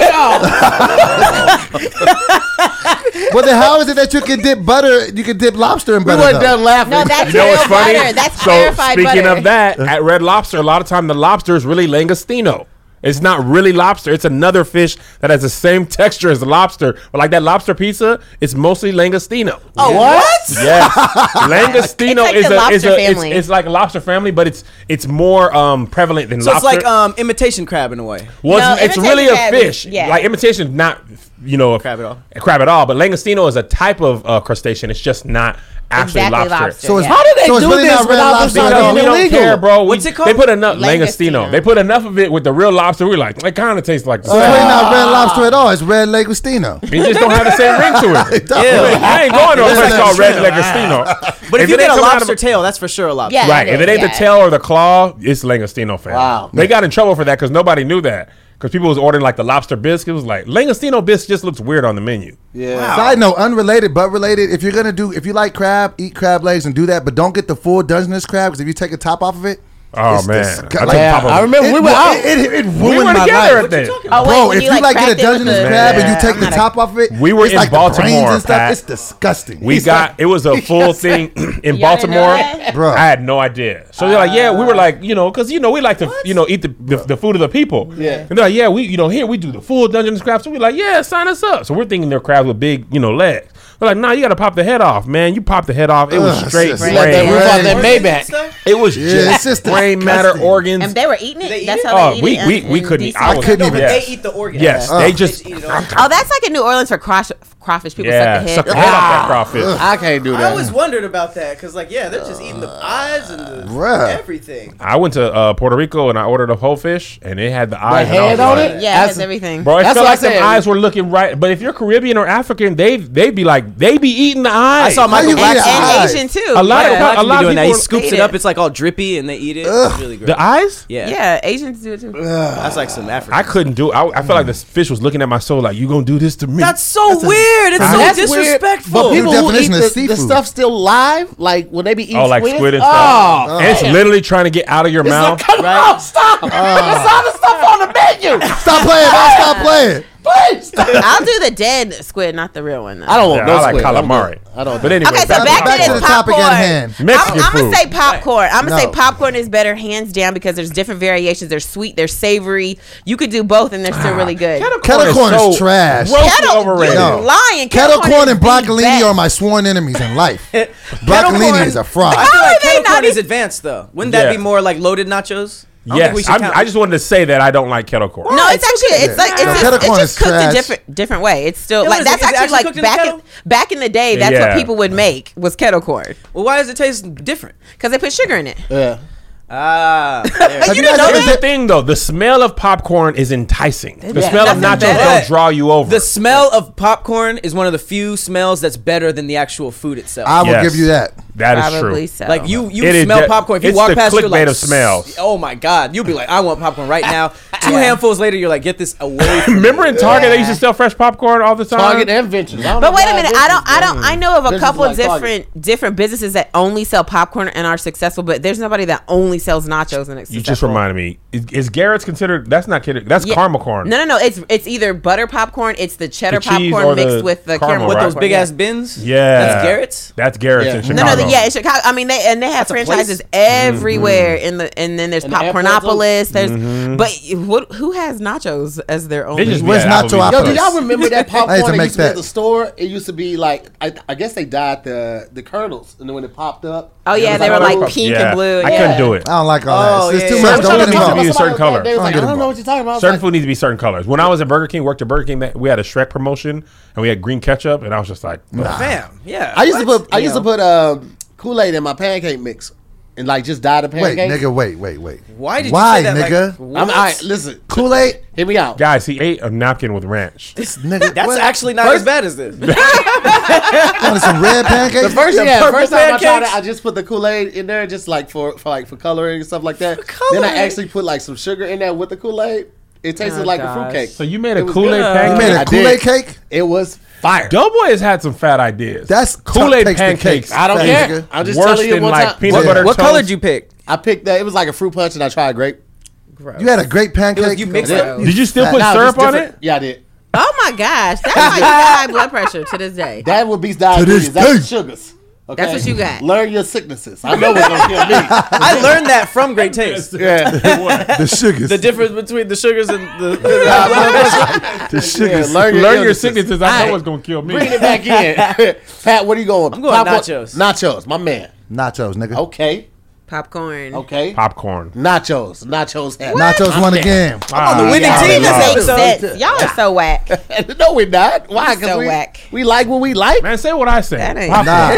Speaker 1: went off.
Speaker 3: Well, then how is it that you can dip butter? You can dip lobster in
Speaker 1: We
Speaker 3: butter.
Speaker 1: wasn't
Speaker 3: though?
Speaker 1: done laughing.
Speaker 5: No, that's
Speaker 2: You know
Speaker 5: real
Speaker 2: what's funny?
Speaker 5: butter. That's
Speaker 2: so
Speaker 5: clarified
Speaker 2: speaking
Speaker 5: butter.
Speaker 2: of that, at Red Lobster, a lot of time the lobster is really langostino. It's not really lobster. It's another fish that has the same texture as lobster. But like that lobster pizza, it's mostly langostino.
Speaker 4: Oh, what?
Speaker 2: Yes, langostino
Speaker 5: It's like
Speaker 2: is a, is
Speaker 5: the lobster
Speaker 2: a it's,
Speaker 5: family.
Speaker 2: it's like a lobster family, but it's it's more um, prevalent than
Speaker 4: So it's
Speaker 2: lobster.
Speaker 4: like um, imitation crab in a way.
Speaker 2: Well,
Speaker 5: No,
Speaker 2: it's, it's
Speaker 5: imitation
Speaker 2: really a
Speaker 5: crab is-
Speaker 2: fish.
Speaker 5: yeah.
Speaker 2: Like imitation, not you know a
Speaker 4: Crab at all.
Speaker 2: a crab at all. But langostino is a type of uh, crustacean. It's just not actually
Speaker 5: Exactly
Speaker 2: lobster.
Speaker 5: lobster.
Speaker 3: So it's
Speaker 5: Yeah.
Speaker 1: How did they
Speaker 3: so it's
Speaker 1: do
Speaker 3: really
Speaker 1: this
Speaker 3: not red
Speaker 1: without
Speaker 3: lobster
Speaker 1: this
Speaker 2: Because
Speaker 3: at
Speaker 1: being
Speaker 3: all?
Speaker 2: we don't
Speaker 1: illegal?
Speaker 2: care, bro. We-
Speaker 4: What's it called?
Speaker 2: They put enough
Speaker 5: Langostino.
Speaker 2: langostino. They put enough of it with the real lobster. We're like, it kind of tastes like. The
Speaker 3: So it's
Speaker 2: same.
Speaker 3: really not red lobster at all. It's red langostino.
Speaker 2: It just don't have the same ring to it.
Speaker 3: Yeah.
Speaker 2: I ain't going to a
Speaker 3: That's
Speaker 2: place
Speaker 3: not
Speaker 2: called Red
Speaker 3: true.
Speaker 2: Langostino.
Speaker 4: But if, you
Speaker 2: it ain't
Speaker 4: get a
Speaker 2: coming out
Speaker 4: lobster
Speaker 2: of-
Speaker 4: tail, that's for sure a lobster.
Speaker 5: Yeah.
Speaker 2: Right. If it ain't the
Speaker 5: Yeah.
Speaker 2: tail or the claw, it's Langostino fam.
Speaker 1: Wow.
Speaker 2: They got in trouble for that because nobody knew that. Because people was ordering like the lobster bisque. It was like, Langostino bisque just looks weird on the menu.
Speaker 1: Yeah.
Speaker 3: Side note, unrelated but related. If you're gonna do, if you like crab, eat crab legs and do that, but don't get the full Dungeness crab because if you take a top off of it,
Speaker 2: Oh,
Speaker 3: it's
Speaker 2: man.
Speaker 3: disgu-
Speaker 2: I took
Speaker 3: like,
Speaker 2: the
Speaker 1: Yeah,
Speaker 2: top off.
Speaker 1: I remember
Speaker 3: it,
Speaker 1: we were
Speaker 3: well,
Speaker 1: out.
Speaker 3: It, it, it ruined
Speaker 2: We were
Speaker 3: my
Speaker 2: together
Speaker 3: life.
Speaker 2: at that.
Speaker 5: Oh, wait,
Speaker 3: Bro,
Speaker 5: when
Speaker 3: if you, like
Speaker 5: cracked
Speaker 3: get a
Speaker 5: it with
Speaker 3: Dungeness
Speaker 5: the-
Speaker 3: crab and
Speaker 5: Yeah,
Speaker 3: you take
Speaker 5: I'm
Speaker 3: the
Speaker 5: not a-
Speaker 3: top off of it,
Speaker 2: We were
Speaker 3: it's
Speaker 2: in
Speaker 3: like the
Speaker 2: Baltimore,
Speaker 3: brains and stuff.
Speaker 2: Pat.
Speaker 3: It's disgusting.
Speaker 2: We
Speaker 3: It's
Speaker 2: got it was a full thing in
Speaker 5: Y'all didn't know
Speaker 2: Baltimore.
Speaker 5: that? Uh.
Speaker 3: Bruh.
Speaker 2: I had no idea. So they're like, yeah, we were like, you know, because you know we like to you know eat the, the, the food of the people.
Speaker 1: Yeah.
Speaker 2: and they're like, yeah, we you know here we do the full Dungeness crab. So we're like, yeah, sign us up. So we're thinking they're crabs with big you know legs. They're like, nah, you got to pop the head off, man. You pop the head off. It was
Speaker 3: Ugh,
Speaker 2: straight
Speaker 3: sis.
Speaker 2: brain.
Speaker 1: Let that roof off
Speaker 3: Right.
Speaker 1: that
Speaker 4: Organs
Speaker 1: Maybach.
Speaker 4: and stuff?
Speaker 2: It was
Speaker 3: Yeah, it's
Speaker 2: just,
Speaker 3: just
Speaker 2: brain matter
Speaker 3: disgusting.
Speaker 2: organs.
Speaker 5: And they were eating it.
Speaker 4: They
Speaker 5: That's
Speaker 4: eat it?
Speaker 5: how
Speaker 2: Oh,
Speaker 5: they eat
Speaker 2: we-
Speaker 5: it.
Speaker 2: we-
Speaker 5: in-
Speaker 2: we
Speaker 5: in
Speaker 2: couldn't eat-
Speaker 5: DC.
Speaker 2: I
Speaker 3: I couldn't
Speaker 4: No,
Speaker 3: even.
Speaker 4: but they eat the organ.
Speaker 2: yes,
Speaker 3: Uh,
Speaker 2: they
Speaker 4: Just
Speaker 2: just
Speaker 4: eat it all.
Speaker 5: Oh, that's like in New Orleans for crawfish. crawfish. People
Speaker 2: yeah,
Speaker 5: suck the head.
Speaker 2: suck the head off that crawfish.
Speaker 1: I can't do
Speaker 4: I
Speaker 1: that.
Speaker 4: always wondered about that because, like, yeah, they're just eating the eyes and the
Speaker 3: Bruh.
Speaker 4: everything.
Speaker 2: I went to uh, Puerto Rico and I ordered a whole fish, and it had the eyes. and I
Speaker 1: head
Speaker 2: was
Speaker 1: on
Speaker 2: like,
Speaker 1: it?
Speaker 5: Yeah, that's
Speaker 1: That's-
Speaker 5: everything.
Speaker 2: Bro, it
Speaker 1: That's
Speaker 2: felt
Speaker 1: what I
Speaker 2: like the
Speaker 1: said.
Speaker 2: eyes were looking right. But if you're Caribbean or African, they they'd be like, like they be eating the eyes.
Speaker 4: I saw
Speaker 3: How
Speaker 4: Michael
Speaker 3: you eat
Speaker 4: Blackson.
Speaker 3: an eye?
Speaker 5: and Asian too.
Speaker 2: A lot of-
Speaker 5: yeah.
Speaker 2: a
Speaker 4: Blackson be
Speaker 2: lot of
Speaker 4: doing that. He
Speaker 2: people-
Speaker 4: scoops it
Speaker 5: Yeah.
Speaker 4: up. It's like all drippy, and they eat it. It's really gross.
Speaker 2: the eyes.
Speaker 4: yeah.
Speaker 5: Yeah, Asians do it too.
Speaker 4: That's like some African.
Speaker 2: I couldn't do. I, I felt like the
Speaker 1: Mm.
Speaker 2: fish was looking at my soul like you gonna do this to me.
Speaker 4: That's so weird. It's
Speaker 1: Nah,
Speaker 4: so
Speaker 1: that's weird,
Speaker 4: disrespectful.
Speaker 1: but people
Speaker 3: Your
Speaker 1: who eat
Speaker 3: definition is
Speaker 1: the, the
Speaker 3: seafood.
Speaker 1: stuff still live, like when they be eating
Speaker 2: oh, like squid and
Speaker 1: Oh,
Speaker 2: stuff. and it's literally trying to get out of your
Speaker 1: it's
Speaker 2: mouth.
Speaker 1: like, come
Speaker 4: Right.
Speaker 1: on, stop! That's all the stuff on the menu.
Speaker 3: Stop playing, man. Stop playing.
Speaker 1: Please, stop.
Speaker 5: I'll do the dead squid, not the real one. Though.
Speaker 1: I don't want
Speaker 2: Yeah,
Speaker 1: no
Speaker 2: I like
Speaker 1: squid. I'm
Speaker 2: calamari.
Speaker 1: good. I don't.
Speaker 2: But anyway,
Speaker 5: Okay, so
Speaker 2: back to
Speaker 5: back,
Speaker 2: popcorn.
Speaker 5: to this
Speaker 3: the topic
Speaker 5: popcorn.
Speaker 3: at hand.
Speaker 2: Mexican
Speaker 5: I'm, I'm
Speaker 2: food.
Speaker 5: gonna say popcorn. I'm gonna
Speaker 3: No.
Speaker 5: say popcorn is better hands down because there's different variations. They're sweet, they're savory. You could do both, and they're still really good. Kettle,
Speaker 3: Kettle corn is
Speaker 2: so
Speaker 3: trash.
Speaker 2: grossly
Speaker 5: you
Speaker 2: overrated.
Speaker 3: No.
Speaker 5: lying.
Speaker 3: Kettle corn and
Speaker 5: is the best.
Speaker 3: broccolini are my sworn enemies in life. broccolini
Speaker 4: corn-
Speaker 3: is a fraud.
Speaker 4: I feel like
Speaker 5: are they
Speaker 4: kettle corn
Speaker 5: not
Speaker 4: is
Speaker 5: even-
Speaker 4: advanced though. Wouldn't
Speaker 2: Yeah.
Speaker 4: that be more like loaded nachos? I don't think we
Speaker 2: Yes,
Speaker 4: should
Speaker 2: I'm,
Speaker 4: count
Speaker 2: I just wanted to say that I don't like kettle corn.
Speaker 5: No, it's, actually it's like it's,
Speaker 3: No,
Speaker 5: just,
Speaker 3: kettle
Speaker 5: it's
Speaker 3: corn
Speaker 5: just
Speaker 3: is
Speaker 5: cooked
Speaker 3: trash.
Speaker 5: a different different way. It's still
Speaker 4: Yeah, what
Speaker 5: like
Speaker 4: is
Speaker 5: that's
Speaker 4: it? Is it
Speaker 5: actually
Speaker 4: actually
Speaker 5: like
Speaker 4: cooked in
Speaker 5: back
Speaker 4: the
Speaker 5: in, back in the day. That's
Speaker 2: Yeah.
Speaker 5: what people would make was kettle corn
Speaker 4: Well, why does it taste different?
Speaker 5: because they put sugar in it.
Speaker 1: Yeah.
Speaker 4: Ah, there.
Speaker 5: But
Speaker 3: you
Speaker 5: you didn't
Speaker 3: guys
Speaker 5: know
Speaker 3: ever
Speaker 2: Here's the
Speaker 5: that.
Speaker 2: thing, though. The smell of popcorn is enticing. The
Speaker 5: Yeah,
Speaker 2: smell of nachos
Speaker 5: nothing better.
Speaker 2: don't draw you over.
Speaker 4: the smell of popcorn is one of the few smells that's better than the actual food itself.
Speaker 3: I will
Speaker 2: Yes.
Speaker 3: give you that.
Speaker 2: that is
Speaker 5: Probably
Speaker 2: true.
Speaker 5: so.
Speaker 4: like you, you
Speaker 2: It is
Speaker 4: smell
Speaker 2: de-
Speaker 4: popcorn. If you
Speaker 2: it's
Speaker 4: walk
Speaker 2: the
Speaker 4: past, you're
Speaker 2: clickbait
Speaker 4: like,
Speaker 2: of smells.
Speaker 4: Oh my god! You'll be like, I want popcorn right now. Two handfuls later, you're like, get this away. From
Speaker 2: Remember in Target they used to
Speaker 5: Yeah.
Speaker 2: sell fresh popcorn all the time.
Speaker 1: Target and Ventures.
Speaker 5: But wait a minute, I don't, I don't, I know of a
Speaker 1: Businesses
Speaker 5: couple of
Speaker 1: like Target.
Speaker 5: different different businesses that only sell popcorn and are successful, but there's nobody that only sells nachos and it's
Speaker 2: You just
Speaker 5: successful.
Speaker 2: reminded me. Is, is Garrett's considered? That's not kidding. That's
Speaker 5: Yeah.
Speaker 2: caramel corn.
Speaker 5: No, no, no. It's it's either butter popcorn, it's the cheddar
Speaker 2: The cheese or
Speaker 5: popcorn mixed
Speaker 2: the
Speaker 5: with the
Speaker 2: caramel,
Speaker 5: caramel.
Speaker 2: right?
Speaker 4: What those
Speaker 5: popcorn,
Speaker 4: big
Speaker 5: yeah.
Speaker 4: ass bins?
Speaker 2: Yeah,
Speaker 4: that's Garrett's.
Speaker 2: That's Garrett's
Speaker 1: Yeah.
Speaker 2: in
Speaker 1: No,
Speaker 5: No,
Speaker 2: Chicago.
Speaker 5: no, the, yeah, it's Chicago. I mean, they and they have
Speaker 4: a place?
Speaker 5: franchises everywhere in the and then there's
Speaker 1: the airport, too.
Speaker 5: Popcornopolis. There's but what who has nachos as their
Speaker 2: They
Speaker 5: only?
Speaker 2: just
Speaker 3: Where's
Speaker 2: yeah, that
Speaker 3: nacho
Speaker 2: would be-
Speaker 3: opera?
Speaker 1: Yo, do y'all remember that popcorn
Speaker 3: to
Speaker 1: that
Speaker 3: make
Speaker 1: used to be
Speaker 3: that.
Speaker 1: at the store? It used to be like I, I guess they dyed the the kernels, and then when it popped up.
Speaker 5: oh yeah,
Speaker 1: it was
Speaker 5: they were
Speaker 1: oh,
Speaker 5: like pink
Speaker 2: Yeah.
Speaker 5: and blue.
Speaker 2: I
Speaker 5: yeah.
Speaker 2: couldn't do it.
Speaker 3: I don't like all
Speaker 4: Oh,
Speaker 3: that. It's
Speaker 4: yeah,
Speaker 3: too
Speaker 4: yeah.
Speaker 3: much.
Speaker 1: I was
Speaker 3: Don't
Speaker 1: trying
Speaker 3: get
Speaker 1: to talk
Speaker 2: Be a
Speaker 3: involved.
Speaker 1: about somebody
Speaker 2: certain color.
Speaker 1: like that. They was
Speaker 3: Don't
Speaker 1: like,
Speaker 3: get
Speaker 1: I don't know
Speaker 3: involved.
Speaker 1: what you're talking about. I was
Speaker 2: Certain
Speaker 1: like,
Speaker 2: food needs to be certain colors. When I was at Burger King, worked at Burger King, that we had a Shrek promotion and we had green ketchup, and I was just like, ugh.
Speaker 4: Bam. Yeah.
Speaker 1: I used to
Speaker 4: What?
Speaker 1: put I used to put um, Kool Aid in my pancake mix and like just dye the
Speaker 3: Wait,
Speaker 1: pancake.
Speaker 3: nigga, wait, wait, wait.
Speaker 4: Why did
Speaker 3: Why,
Speaker 4: you say that?
Speaker 3: nigga?
Speaker 4: Like,
Speaker 1: I'm
Speaker 4: what?
Speaker 1: all right. Listen,
Speaker 3: Kool Aid?
Speaker 1: hit me out.
Speaker 2: guys, he ate a napkin with ranch.
Speaker 3: Nigga,
Speaker 4: That's
Speaker 3: what?
Speaker 4: actually not
Speaker 3: first,
Speaker 4: as bad as this.
Speaker 3: wanted some red pancakes?
Speaker 1: The first,
Speaker 4: The
Speaker 1: yeah, the
Speaker 4: purple
Speaker 1: first time I tried it,
Speaker 4: pancakes?
Speaker 1: I just put the Kool Aid in there, just like for, for like for coloring and stuff like that. Then I
Speaker 4: coloring?
Speaker 1: actually put like some sugar in there with the Kool Aid. It tasted
Speaker 5: Oh,
Speaker 1: like
Speaker 5: gosh.
Speaker 1: a fruitcake.
Speaker 2: So you made a
Speaker 1: It was
Speaker 2: Kool Aid
Speaker 1: good.
Speaker 2: pancake.
Speaker 3: you made
Speaker 1: I
Speaker 3: a
Speaker 1: did.
Speaker 3: Kool Aid cake?
Speaker 1: It was fire.
Speaker 2: Doughboy has had some fat ideas.
Speaker 3: That's
Speaker 2: Kool Aid
Speaker 3: tough takes the
Speaker 2: pancakes.
Speaker 3: cake. I
Speaker 1: I don't
Speaker 3: Thanks,
Speaker 1: care.
Speaker 3: nigga.
Speaker 1: I'm just
Speaker 2: Worse
Speaker 1: telling you
Speaker 2: than,
Speaker 1: one
Speaker 2: like,
Speaker 1: time.
Speaker 2: peanut
Speaker 1: What-
Speaker 2: butter
Speaker 4: what
Speaker 2: toast.
Speaker 4: color did you pick?
Speaker 1: I picked that. It was like a fruit punch, and I tried grape.
Speaker 3: You had a great pancake.
Speaker 4: you mixed it up.
Speaker 2: Did you still
Speaker 3: Nah,
Speaker 2: put
Speaker 1: Nah,
Speaker 2: syrup
Speaker 1: just
Speaker 2: on
Speaker 1: different-
Speaker 2: it?
Speaker 1: Yeah, I did.
Speaker 5: Oh my gosh, that's why you got high blood pressure to this day.
Speaker 1: That would be
Speaker 3: this
Speaker 1: diabetes. That's
Speaker 3: day.
Speaker 1: the sugars. Okay?
Speaker 5: That's what you got.
Speaker 1: Learn your sicknesses. I know what's gonna kill me.
Speaker 4: I learned that from Great Taste.
Speaker 1: Yeah,
Speaker 3: The sugars.
Speaker 4: The difference between the sugars and the.
Speaker 3: the
Speaker 1: yeah.
Speaker 3: sugars.
Speaker 1: Learn your,
Speaker 2: Learn your
Speaker 1: illnesses.
Speaker 2: sicknesses. I know
Speaker 1: Alright.
Speaker 2: what's gonna kill me.
Speaker 1: Bringing it back in. Pat, what are you going? I'm
Speaker 4: going nachos.
Speaker 1: Nachos, my man.
Speaker 3: Nachos, nigga.
Speaker 1: Okay,
Speaker 5: Popcorn.
Speaker 1: okay.
Speaker 2: Popcorn.
Speaker 1: Nachos, nachos have
Speaker 3: Nachos won again.
Speaker 2: I'm on
Speaker 4: the winning team this
Speaker 5: Makes
Speaker 4: episode.
Speaker 5: sense. Y'all are so whack.
Speaker 1: no, we're not. Why?
Speaker 5: You're so
Speaker 1: we,
Speaker 5: whack.
Speaker 1: we like what we like.
Speaker 2: Man, say what I say.
Speaker 5: That ain't-
Speaker 2: Popcorn.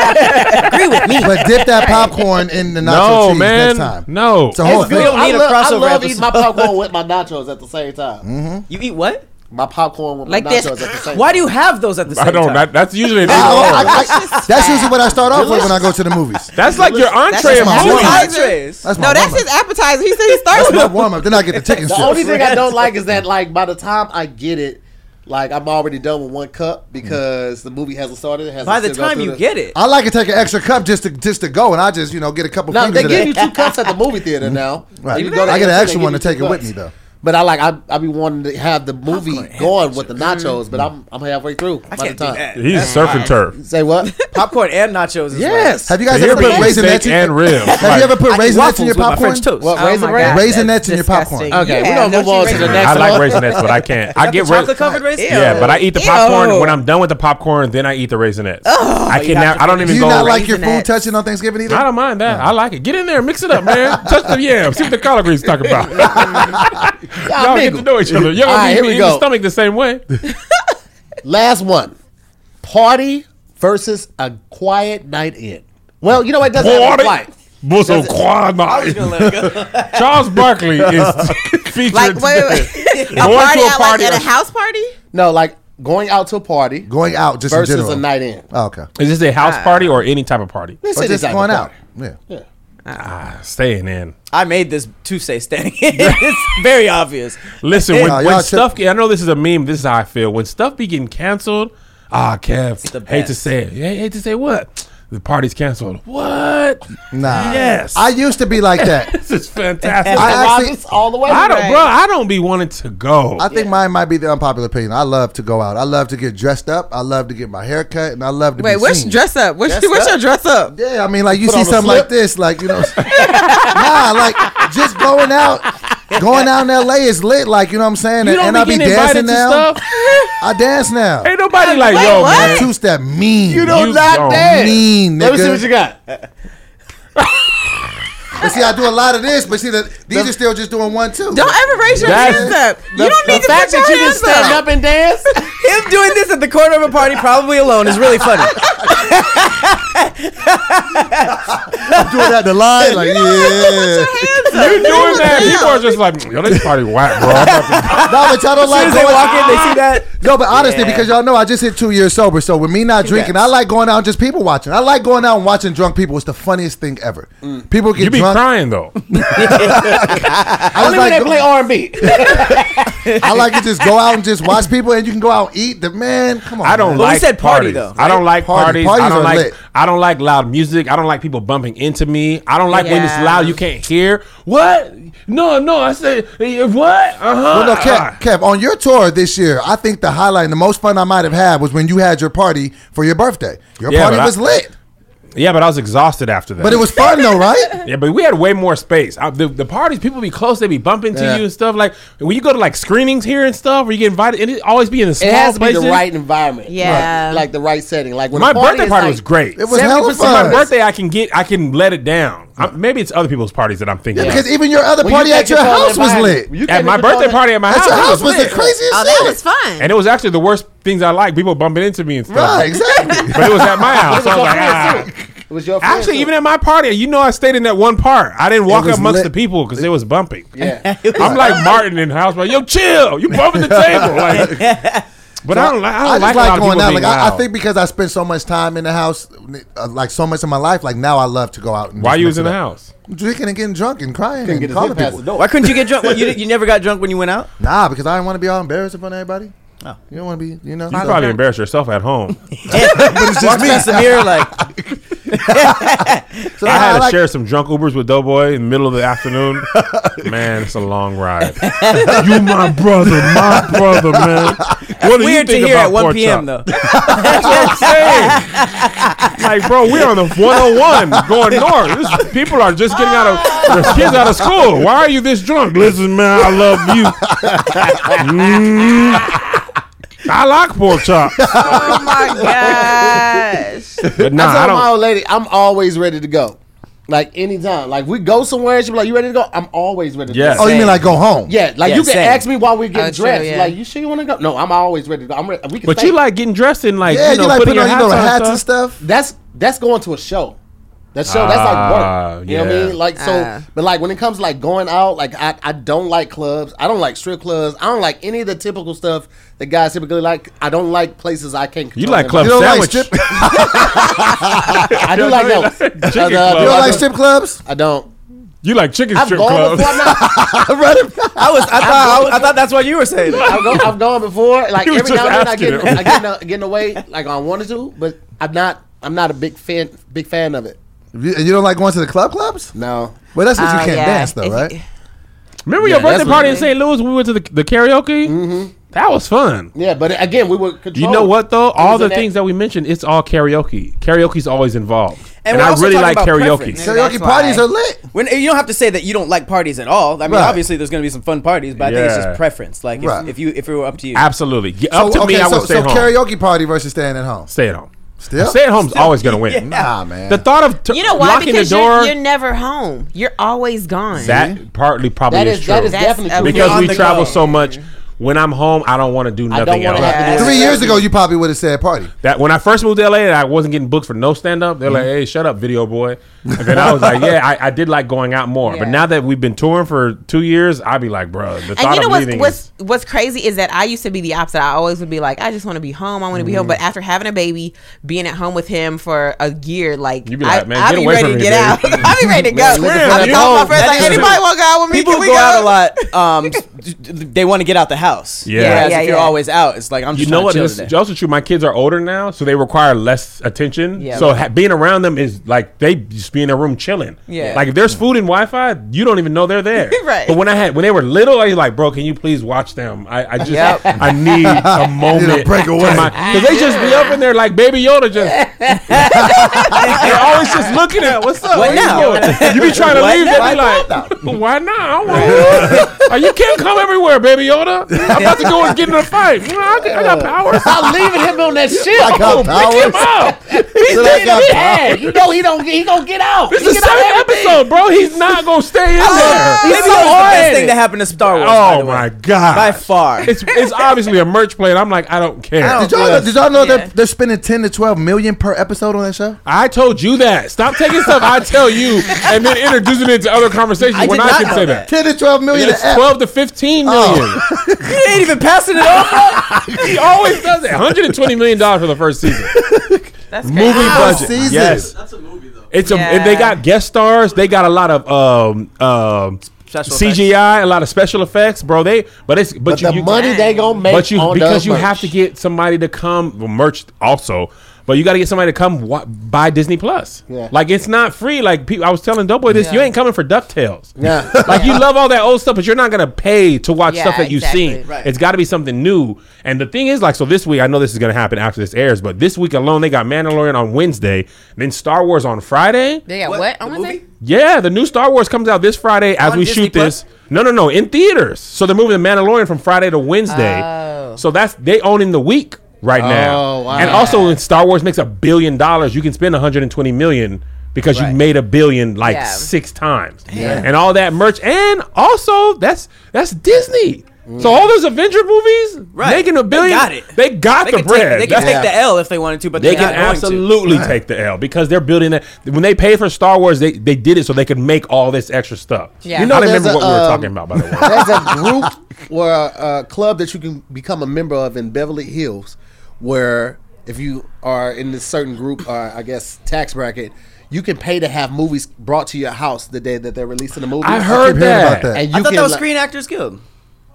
Speaker 3: Nah. Agree with me. But dip that popcorn in the nacho
Speaker 2: No,
Speaker 3: cheese
Speaker 2: man.
Speaker 3: next time.
Speaker 2: No.
Speaker 3: It's a whole
Speaker 4: It's
Speaker 3: thing.
Speaker 4: good. don't
Speaker 1: I
Speaker 4: need a
Speaker 1: love, I
Speaker 4: crossover
Speaker 1: love eating
Speaker 4: episode.
Speaker 1: my popcorn with my nachos at the same time.
Speaker 2: Hmm?
Speaker 4: you eat what?
Speaker 1: My popcorn with
Speaker 5: Like
Speaker 1: my nachos
Speaker 5: this.
Speaker 1: at the same
Speaker 4: Why
Speaker 1: time.
Speaker 4: do you have those at the same
Speaker 2: I don't.
Speaker 4: time?
Speaker 2: That, that's usually an
Speaker 3: I- Oh, I-
Speaker 2: order.
Speaker 3: I- that's usually what I start off with when I go to the movies.
Speaker 2: That's like your entree
Speaker 5: just
Speaker 2: of
Speaker 3: my
Speaker 2: food.
Speaker 3: warm-up.
Speaker 4: entrees.
Speaker 3: That's my
Speaker 5: No, that's his appetizer. He said he's thirsty. Oh
Speaker 3: my warm up. Then I get the chicken
Speaker 1: The only
Speaker 3: strips.
Speaker 1: thing I don't like is that, like, by the time I get it, like, I'm already done with one cup because the movie hasn't started. It hasn't
Speaker 4: By the time you get it,
Speaker 3: I like to take an extra cup just to just to go, and I just you know get a couple
Speaker 1: Now,
Speaker 3: fingers.
Speaker 1: they
Speaker 3: of
Speaker 1: give
Speaker 3: that.
Speaker 1: you two cups at the movie theater now.
Speaker 3: Right.
Speaker 1: You can go to
Speaker 3: I get an
Speaker 1: AMC,
Speaker 3: extra
Speaker 1: they
Speaker 3: one to
Speaker 1: give you
Speaker 3: take
Speaker 1: two
Speaker 3: it with
Speaker 1: cups.
Speaker 3: me, though.
Speaker 1: But I like I I be wanting to have the movie going with the nachos, but I'm I'm halfway through by
Speaker 4: I
Speaker 1: the
Speaker 4: can't do
Speaker 1: time.
Speaker 4: that.
Speaker 2: He's surfing turf.
Speaker 1: Say what?
Speaker 4: Popcorn and nachos. Is
Speaker 1: yes.
Speaker 3: Have you guys
Speaker 2: Here
Speaker 3: ever put
Speaker 2: put
Speaker 3: raisinets
Speaker 2: steak
Speaker 3: in
Speaker 2: and ribs.
Speaker 3: Have you ever put
Speaker 4: Right. I eat
Speaker 3: raisinets in your
Speaker 4: waffles with my
Speaker 3: popcorn?
Speaker 4: French toast.
Speaker 1: What,
Speaker 5: Oh
Speaker 1: raisin
Speaker 5: my
Speaker 1: bread?
Speaker 5: God,
Speaker 3: Raisinets
Speaker 5: that's
Speaker 3: in your popcorn.
Speaker 5: disgusting.
Speaker 1: Okay,
Speaker 5: You
Speaker 1: we're
Speaker 5: have
Speaker 1: gonna move
Speaker 5: no
Speaker 1: on
Speaker 5: cheese
Speaker 1: to the
Speaker 5: raisin-
Speaker 1: next
Speaker 2: I like
Speaker 1: one.
Speaker 2: raisinets, but I can't. I get
Speaker 4: Right. Chocolate covered
Speaker 3: Ew.
Speaker 4: raisin.
Speaker 2: Yeah, but I eat the
Speaker 5: Ew.
Speaker 2: popcorn when I'm done with the popcorn. Then I eat the raisinets. I cannot. I don't
Speaker 3: Do
Speaker 2: even
Speaker 3: you
Speaker 2: go.
Speaker 3: not like your food
Speaker 5: Raisinets.
Speaker 3: touching on Thanksgiving either?
Speaker 2: I don't mind that. I like it. Get in there, mix it up, man. Touch the yams. See what the collard greens talk about. Y'all get to know each other. Y'all
Speaker 1: All right,
Speaker 2: be
Speaker 1: here
Speaker 2: eating
Speaker 1: we
Speaker 2: the
Speaker 1: go.
Speaker 2: stomach the same way.
Speaker 1: Last one. Party versus a quiet night in. Well, you know what doesn't have to
Speaker 2: Party.
Speaker 1: be quiet.
Speaker 2: What's a quad
Speaker 4: I was
Speaker 2: night?
Speaker 4: gonna let it go.
Speaker 2: Charles Barkley is featured
Speaker 5: Like wait,
Speaker 2: today.
Speaker 5: wait, wait. a
Speaker 2: Going
Speaker 5: party
Speaker 2: to a
Speaker 5: out
Speaker 2: party
Speaker 5: like at
Speaker 2: or-
Speaker 5: a house party?
Speaker 1: No, like going out to a party
Speaker 3: Going out just in
Speaker 1: versus
Speaker 3: general.
Speaker 1: a night in.
Speaker 3: Oh, okay.
Speaker 2: Is this a house party or any type of party?
Speaker 1: Let's
Speaker 3: Or
Speaker 1: say this
Speaker 3: just
Speaker 1: type of
Speaker 3: going out.
Speaker 1: party.
Speaker 3: Yeah.
Speaker 2: Staying in.
Speaker 4: I made this to say standing. it's very obvious.
Speaker 2: Listen, when,
Speaker 3: Nah, y'all
Speaker 2: when
Speaker 3: tri-
Speaker 2: stuff, I know this is a meme. This is how I feel. When stuff be getting canceled, ah,
Speaker 4: the
Speaker 2: Kev, hate to
Speaker 4: best.
Speaker 2: say it. Yeah, hate to say what? The party's canceled. What?
Speaker 3: Nah.
Speaker 2: Yes.
Speaker 3: I used to be like that.
Speaker 2: this is fantastic.
Speaker 3: I
Speaker 2: I,
Speaker 3: actually-
Speaker 1: Robbins all the way.
Speaker 2: don't, bro. I don't be wanting to go.
Speaker 3: I think mine might be the unpopular opinion. I love to go out. I love to get dressed up. I love to get my hair cut, and I love to
Speaker 5: Wait,
Speaker 3: be
Speaker 5: what's
Speaker 3: seen.
Speaker 5: dress up? What's,
Speaker 1: Dress
Speaker 5: what's
Speaker 1: up?
Speaker 5: your dress up?
Speaker 3: Yeah, I mean, like you
Speaker 1: Put
Speaker 3: see
Speaker 1: on a
Speaker 3: something
Speaker 1: slip.
Speaker 3: like this, like you know, nah, like just going out, going out in L.A. is lit, like you know what I'm saying,
Speaker 2: you don't
Speaker 3: and
Speaker 2: be
Speaker 3: I be
Speaker 2: getting invited
Speaker 3: dancing
Speaker 2: to
Speaker 3: now.
Speaker 2: stuff.
Speaker 3: I dance now.
Speaker 2: Ain't nobody like,
Speaker 5: Wait,
Speaker 2: yo,
Speaker 5: what?
Speaker 2: man.
Speaker 3: I two step mean.
Speaker 1: You don't
Speaker 2: You
Speaker 1: not
Speaker 2: don't
Speaker 1: dance.
Speaker 3: mean,
Speaker 1: Let me see
Speaker 3: nigga.
Speaker 1: what you got.
Speaker 3: But see, I do a lot of this, but see, the, these are still just doing one two.
Speaker 5: Don't ever raise your
Speaker 2: That's-
Speaker 5: hands up. you don't need
Speaker 1: the
Speaker 5: to
Speaker 1: fact
Speaker 5: put your
Speaker 1: that you
Speaker 5: hands
Speaker 1: just stand
Speaker 5: up.
Speaker 1: up and dance.
Speaker 4: Him doing this at the corner of a party, probably alone, is really funny.
Speaker 3: do it at the line, like yeah.
Speaker 2: You doing that? People are just like, yo, this party whack, bro. I'm about to
Speaker 3: No, but y'all don't like
Speaker 4: As they
Speaker 3: going
Speaker 4: walk in, they see that.
Speaker 3: No, but honestly, because y'all know I just hit two years sober. So with me not drinking, I like going out and just people watching. I like going out and watching drunk people. It's the funniest thing ever. People get
Speaker 2: You be
Speaker 3: drunk.
Speaker 2: crying though.
Speaker 3: I
Speaker 1: Only
Speaker 3: just
Speaker 1: when they
Speaker 3: like,
Speaker 1: play R and B.
Speaker 3: I like to just go out and just watch people, and you can go out and eat. The man, come on.
Speaker 2: I don't
Speaker 3: man.
Speaker 4: we
Speaker 2: like
Speaker 4: said party,
Speaker 2: parties.
Speaker 4: though,
Speaker 2: I don't like
Speaker 3: Party.
Speaker 2: parties.
Speaker 3: Parties
Speaker 2: I
Speaker 3: are
Speaker 2: don't like.
Speaker 3: lit.
Speaker 2: I don't like loud music. I don't like people bumping into me. I don't like when it's
Speaker 5: Yeah.
Speaker 2: loud. You can't hear what? No, no. I said eh, what? Uh huh.
Speaker 3: Well, no, Kev, Kev, on your tour this year, I think the highlight and the most fun I might have had was when you had your party for your birthday. Your
Speaker 2: Yeah,
Speaker 3: party
Speaker 2: but I-
Speaker 3: was lit,
Speaker 2: Yeah, but I was exhausted after that.
Speaker 3: but it was fun though, right?
Speaker 2: Yeah, but we had way more space. I, the, the parties, people be close, they be bumping
Speaker 3: Yeah.
Speaker 2: to you and stuff. Like when you go to like screenings here and stuff, where you get invited, and it always be in the small
Speaker 1: It has to be
Speaker 2: places.
Speaker 1: the right environment.
Speaker 5: Yeah.
Speaker 1: Like, like the right setting. Like when
Speaker 2: My
Speaker 1: a party
Speaker 2: birthday
Speaker 1: is
Speaker 2: party
Speaker 1: like-
Speaker 2: was great.
Speaker 3: It was hella
Speaker 2: 70% of
Speaker 3: fun.
Speaker 2: My birthday, I can get, I can let it down. I, maybe it's other people's parties that I'm thinking. of.
Speaker 3: Because even your other
Speaker 1: When you
Speaker 3: party
Speaker 1: can't
Speaker 3: at your
Speaker 1: control
Speaker 3: house
Speaker 1: that
Speaker 3: was
Speaker 1: body.
Speaker 3: lit.
Speaker 1: You
Speaker 2: at
Speaker 1: can't
Speaker 2: my
Speaker 1: control
Speaker 2: birthday
Speaker 1: that-
Speaker 2: party at my
Speaker 3: At
Speaker 2: house,
Speaker 3: your
Speaker 2: it
Speaker 3: house was the
Speaker 2: lit.
Speaker 3: craziest.
Speaker 5: Oh, that
Speaker 3: shit.
Speaker 5: was fun.
Speaker 2: and it was actually the worst things I like. People bumping into me and stuff.
Speaker 3: Right, exactly.
Speaker 2: But it was at my house.
Speaker 1: It was your friends, too. It
Speaker 2: so I was like, ah.
Speaker 1: was your friends,
Speaker 2: Actually,
Speaker 1: too.
Speaker 2: even at my party, you know, I stayed in that one part. I didn't walk
Speaker 3: was
Speaker 2: amongst
Speaker 3: lit.
Speaker 2: the people because it was bumping.
Speaker 1: yeah.
Speaker 2: I'm like Martin in the house, like, yo, chill. You bumping the table. Like, but I don't like. I
Speaker 3: I
Speaker 2: don't
Speaker 3: just
Speaker 2: like,
Speaker 3: like,
Speaker 2: a lot of
Speaker 3: going
Speaker 2: people
Speaker 3: out.
Speaker 2: being
Speaker 3: Like I, I
Speaker 2: loud.
Speaker 3: think because I spent so much time in the house, uh, like so much of my life. Like now, I love to go out. And
Speaker 2: Why
Speaker 3: just
Speaker 2: you
Speaker 3: mix
Speaker 2: was in
Speaker 3: it
Speaker 2: the
Speaker 3: up.
Speaker 2: house?
Speaker 3: drinking and getting drunk and crying
Speaker 1: Couldn't
Speaker 3: and
Speaker 1: get his
Speaker 3: calling
Speaker 1: head past
Speaker 3: people?
Speaker 1: the door.
Speaker 4: Why couldn't you get drunk? Well, you, you never got drunk when you went out?
Speaker 3: Nah, because I didn't want to be all embarrassed in front of everybody.
Speaker 5: Oh.
Speaker 3: You don't want to be, you know.
Speaker 2: You
Speaker 3: so-
Speaker 2: probably embarrassed yourself at home.
Speaker 4: but it's just me. Past the mirror, like,
Speaker 3: so
Speaker 2: I had to
Speaker 3: like-
Speaker 2: share some drunk Ubers with Doughboy in the middle of the afternoon. man, it's a long ride. you my brother, my brother, man. What do
Speaker 4: weird to hear at 1 p.m., though.
Speaker 2: That's what I'm saying. like, bro, we're on the 101 going north. This, people are just getting out of their kids out of school. Why are you this drunk? Listen, man, I love you. Mm. I like pork chops,
Speaker 5: Oh my gosh.
Speaker 2: but nah,
Speaker 1: I
Speaker 2: I
Speaker 1: told my
Speaker 2: don't.
Speaker 1: old lady, I'm always ready to go. Like anytime. Like we go somewhere and she be like, You ready to go? I'm always ready to
Speaker 2: Yes.
Speaker 1: go.
Speaker 3: Oh, you mean
Speaker 4: Same.
Speaker 3: like go home?
Speaker 1: Yeah, like
Speaker 4: Yeah,
Speaker 1: you can
Speaker 4: same.
Speaker 1: ask me while we get
Speaker 5: Oh, true,
Speaker 1: dressed.
Speaker 5: yeah.
Speaker 1: Like, you sure you want to go? No, I'm always ready to go. I'm ready. We can
Speaker 2: But
Speaker 1: stay.
Speaker 2: you like getting dressed in like
Speaker 3: Yeah,
Speaker 2: you know
Speaker 3: you like
Speaker 2: putting
Speaker 3: putting
Speaker 2: your
Speaker 3: on
Speaker 2: hats,
Speaker 3: your little
Speaker 2: on
Speaker 3: hats
Speaker 2: and
Speaker 3: and
Speaker 2: stuff.
Speaker 3: stuff.
Speaker 1: that's that's going to a show. That show, that's like
Speaker 2: Ah,
Speaker 1: work. You know what I
Speaker 2: yeah.
Speaker 1: mean? Like so,
Speaker 5: Ah.
Speaker 1: but like when it comes to like going out, like I, I don't like clubs. I don't like strip clubs. I don't like any of the typical stuff that guys typically like. I don't like places I can't.
Speaker 2: You
Speaker 1: control
Speaker 2: like
Speaker 1: them.
Speaker 2: club
Speaker 3: You don't like
Speaker 2: sandwich? Oh,
Speaker 3: strip. You
Speaker 1: I do like those.
Speaker 2: Chicken
Speaker 1: Uh,
Speaker 2: club.
Speaker 1: uh,
Speaker 2: You
Speaker 3: don't like
Speaker 1: I
Speaker 3: strip clubs?
Speaker 1: I don't.
Speaker 2: you like chicken
Speaker 1: I've
Speaker 2: strip
Speaker 1: gone
Speaker 2: clubs?
Speaker 1: before. now.
Speaker 4: I was, I thought, I, was- I thought that's what you were saying.
Speaker 1: I've, gone, I've gone before. Like
Speaker 2: He was
Speaker 1: every now and then, I
Speaker 2: just
Speaker 1: get
Speaker 2: asking
Speaker 1: I get in a- get in the way. Like I wanted to, but I'm not. I'm not a big fan. Big fan of it.
Speaker 3: You, you don't like going to the club clubs?
Speaker 1: No.
Speaker 3: Well, that's what you
Speaker 5: Oh,
Speaker 3: can't
Speaker 5: yeah.
Speaker 3: dance though,
Speaker 5: If you-
Speaker 3: right?
Speaker 2: Remember
Speaker 1: Yeah,
Speaker 2: your
Speaker 1: that's
Speaker 2: birthday
Speaker 1: what
Speaker 2: party
Speaker 1: it
Speaker 2: in St. Louis? when We went to the, the karaoke. Mm-hmm. That was fun.
Speaker 1: Yeah, but again, we were.
Speaker 2: You know what though? All
Speaker 1: was
Speaker 2: the
Speaker 1: in that-
Speaker 2: things that we mentioned, it's all karaoke. Karaoke's always involved, and,
Speaker 4: And we're
Speaker 2: I
Speaker 4: also
Speaker 2: really
Speaker 4: talking
Speaker 2: like
Speaker 4: about
Speaker 2: karaoke.
Speaker 4: preference.
Speaker 5: Maybe
Speaker 3: Karaoke
Speaker 5: that's
Speaker 3: parties
Speaker 5: why.
Speaker 3: are lit.
Speaker 4: When, you don't have to say that you don't like parties at all. I mean,
Speaker 3: Right.
Speaker 4: obviously, there's going to be some fun parties, but I think it's
Speaker 2: Yeah.
Speaker 4: just preference. Like, if,
Speaker 3: Right.
Speaker 4: if you if it were up to you,
Speaker 2: Absolutely. Get up to
Speaker 3: So,
Speaker 2: me, I
Speaker 3: so,
Speaker 2: would stay
Speaker 3: so
Speaker 2: home.
Speaker 3: karaoke party versus staying at home.
Speaker 2: stay at home.
Speaker 3: Still?
Speaker 2: Stay at home's always gonna win.
Speaker 3: Nah, man.
Speaker 2: The thought of t-
Speaker 5: You know why?
Speaker 2: locking
Speaker 5: Because
Speaker 2: the door
Speaker 5: you're, you're never home. You're always gone.
Speaker 2: that partly probably
Speaker 1: That
Speaker 2: is,
Speaker 1: is
Speaker 2: true
Speaker 1: that is
Speaker 5: That's
Speaker 1: definitely
Speaker 5: a
Speaker 1: true.
Speaker 5: big-
Speaker 2: because
Speaker 4: on
Speaker 2: we
Speaker 4: the
Speaker 2: travel
Speaker 4: go.
Speaker 2: so much. when I'm home, I don't want to do
Speaker 1: I
Speaker 2: nothing
Speaker 1: don't want
Speaker 2: else.
Speaker 1: to have
Speaker 5: Yeah.
Speaker 1: to
Speaker 3: Three years ago, you probably would have said party.
Speaker 2: That when I first moved to LA and I wasn't getting booked for no stand up, they're like,
Speaker 5: Mm-hmm.
Speaker 2: "Hey, shut up, video boy." And then I was like, "Yeah, I, I did like going out more." But
Speaker 5: Yeah.
Speaker 2: now that we've been touring for two years, I'd be like, "Bro, the
Speaker 5: And
Speaker 2: thought
Speaker 5: you know
Speaker 2: of
Speaker 5: what's
Speaker 2: leaving
Speaker 5: what's
Speaker 2: is
Speaker 5: what's crazy is that I used to be the opposite. I always would be like, I just want to be home. I want to be
Speaker 2: Mm-hmm.
Speaker 5: home. But after having a baby, being at home with him for a year, like,
Speaker 2: You be like,
Speaker 5: I,
Speaker 2: "Man,
Speaker 5: I'll
Speaker 2: get
Speaker 5: be
Speaker 2: away
Speaker 5: ready
Speaker 2: from
Speaker 5: to
Speaker 2: me,
Speaker 5: get out.
Speaker 2: baby."
Speaker 5: I'll be ready to go.
Speaker 1: Man,
Speaker 5: I'm
Speaker 1: you-
Speaker 5: calling my friends
Speaker 4: that
Speaker 5: like,
Speaker 4: is-
Speaker 5: anybody want to go out with me?
Speaker 4: People
Speaker 5: Can
Speaker 4: who
Speaker 5: we
Speaker 4: go
Speaker 5: go
Speaker 4: out a lot, um, they want to get out the house.
Speaker 2: Yeah.
Speaker 4: Whereas
Speaker 5: Yeah,
Speaker 4: if
Speaker 5: yeah,
Speaker 4: you're
Speaker 5: yeah.
Speaker 4: always out, it's like I'm
Speaker 2: you
Speaker 4: just
Speaker 2: know
Speaker 4: trying
Speaker 2: what?
Speaker 4: to chill
Speaker 2: This
Speaker 4: today.
Speaker 2: is also true. My kids are older now, so they require less attention.
Speaker 5: Yeah.
Speaker 2: So ha- being around them is like they just be in their room chilling.
Speaker 5: Yeah.
Speaker 2: Like if there's food and Wi-Fi, you don't even know they're there.
Speaker 5: Right.
Speaker 2: But when I had when they were little, I was like, bro, can you please watch them? I, I just
Speaker 4: Yep.
Speaker 2: I need a moment
Speaker 3: break
Speaker 2: to
Speaker 3: away.
Speaker 2: my- Cause they just be up in there like Baby Yoda just. They're always just looking at what's up. What
Speaker 4: What
Speaker 2: you, doing?
Speaker 4: now?
Speaker 2: you be trying to
Speaker 4: What
Speaker 2: leave,
Speaker 4: now?
Speaker 2: they be like, why not? I don't wanna- Are you can't come everywhere, Baby Yoda. I'm about to go and get in a fight. You know, I, I got powers.
Speaker 1: I'm leaving him on that Oh, shit.
Speaker 3: I got
Speaker 2: Pick him
Speaker 3: powers.
Speaker 2: up. He's
Speaker 3: Said I
Speaker 2: taking
Speaker 3: got
Speaker 2: it
Speaker 3: powers.
Speaker 1: Yeah, you know he don't. He gonna get out.
Speaker 2: This
Speaker 1: He
Speaker 2: is
Speaker 1: get
Speaker 2: the
Speaker 1: out
Speaker 2: seventh
Speaker 1: everything.
Speaker 2: episode, bro. He's not gonna stay in there.
Speaker 4: Baby
Speaker 2: He's
Speaker 4: Yoda's the best
Speaker 2: oriented.
Speaker 4: thing that happened to Star Wars. by
Speaker 2: Oh
Speaker 4: the way.
Speaker 2: my god!
Speaker 4: by far.
Speaker 2: it's it's obviously a merch plate. I'm like, I don't care. I,
Speaker 3: Did y'all, know, did y'all know
Speaker 5: Yeah.
Speaker 3: they're, they're spending 10 to 12 million per episode on that show?
Speaker 2: told you that. Stop taking stuff I tell you and then introducing it to other conversations
Speaker 4: I
Speaker 2: when
Speaker 4: did
Speaker 2: I
Speaker 4: not
Speaker 2: can
Speaker 4: know
Speaker 2: say that.
Speaker 4: that. Oh.
Speaker 3: 10 to 12 million
Speaker 2: It's
Speaker 3: an ep-
Speaker 2: twelve to fifteen million.
Speaker 4: you ain't even passing it off.
Speaker 2: he always does it. One hundred and twenty million dollars for the first season.
Speaker 5: That's
Speaker 2: Movie
Speaker 5: crazy.
Speaker 2: budget.
Speaker 3: season.
Speaker 2: Yes,
Speaker 6: That's a movie though.
Speaker 2: it's a.
Speaker 5: Yeah.
Speaker 2: They got guest stars. They got a lot of um um
Speaker 4: Special effects.
Speaker 2: CGI, a lot of special effects, bro. They but it's but,
Speaker 1: But
Speaker 2: you,
Speaker 1: the
Speaker 2: you-
Speaker 1: money they gonna make.
Speaker 2: but you
Speaker 1: on
Speaker 2: because
Speaker 1: the
Speaker 2: you have
Speaker 1: merch.
Speaker 2: to get somebody to come well, merch also. But you got to get somebody to come wa- buy Disney Plus.
Speaker 1: Yeah.
Speaker 2: Like it's not free. Like pe- I was telling Doughboy this, you ain't coming for Ducktales.
Speaker 1: Yeah.
Speaker 2: Like you love all that old stuff, but you're not gonna pay to watch
Speaker 5: Yeah,
Speaker 2: stuff that you've
Speaker 5: exactly.
Speaker 2: seen.
Speaker 5: Right.
Speaker 2: It's got to be something new. And the thing is, like, so this week I know this is gonna happen after this airs, but this week alone they got Mandalorian on Wednesday, then Star Wars on Friday.
Speaker 5: They got what?
Speaker 4: The
Speaker 5: on Wednesday?
Speaker 4: movie?
Speaker 2: Yeah, the new Star Wars comes out this Friday as
Speaker 4: On
Speaker 2: we
Speaker 4: Disney
Speaker 2: shoot this. No, no, no, in theaters. So they're moving the Mandalorian from Friday to Wednesday.
Speaker 4: Oh.
Speaker 2: So that's they own in the week right now.
Speaker 1: Oh, wow.
Speaker 2: And also, when Star Wars makes a billion dollars, you can spend 120 million because you made a billion like
Speaker 5: Yeah.
Speaker 2: six times, and all that merch. And also, that's that's Disney. So all those Avenger movies
Speaker 4: Right.
Speaker 2: making a
Speaker 4: They
Speaker 2: billion,
Speaker 4: got it.
Speaker 2: they got
Speaker 4: They
Speaker 2: the
Speaker 4: can
Speaker 2: bread.
Speaker 4: take, they can
Speaker 2: That's-
Speaker 4: take the L if they wanted to, but
Speaker 2: they
Speaker 4: they're
Speaker 2: can
Speaker 4: not going to.
Speaker 2: absolutely take the L because they're building that. When they paid for Star Wars, they, they did it so they could make all this extra stuff.
Speaker 5: Yeah.
Speaker 2: You know, they
Speaker 1: There's
Speaker 2: remember
Speaker 1: a,
Speaker 2: what we were
Speaker 1: um,
Speaker 2: talking about, by the way.
Speaker 1: There's a group or a, a club that you can become a member of in Beverly Hills, where if you are in this certain group, or I guess tax bracket, you can pay to have movies brought to your house the day that they're releasing the movie.
Speaker 2: I heard
Speaker 3: hearing
Speaker 2: that.
Speaker 3: about that.
Speaker 1: And you
Speaker 4: I thought
Speaker 1: can
Speaker 4: that was
Speaker 1: like-
Speaker 4: Screen Actors Guild.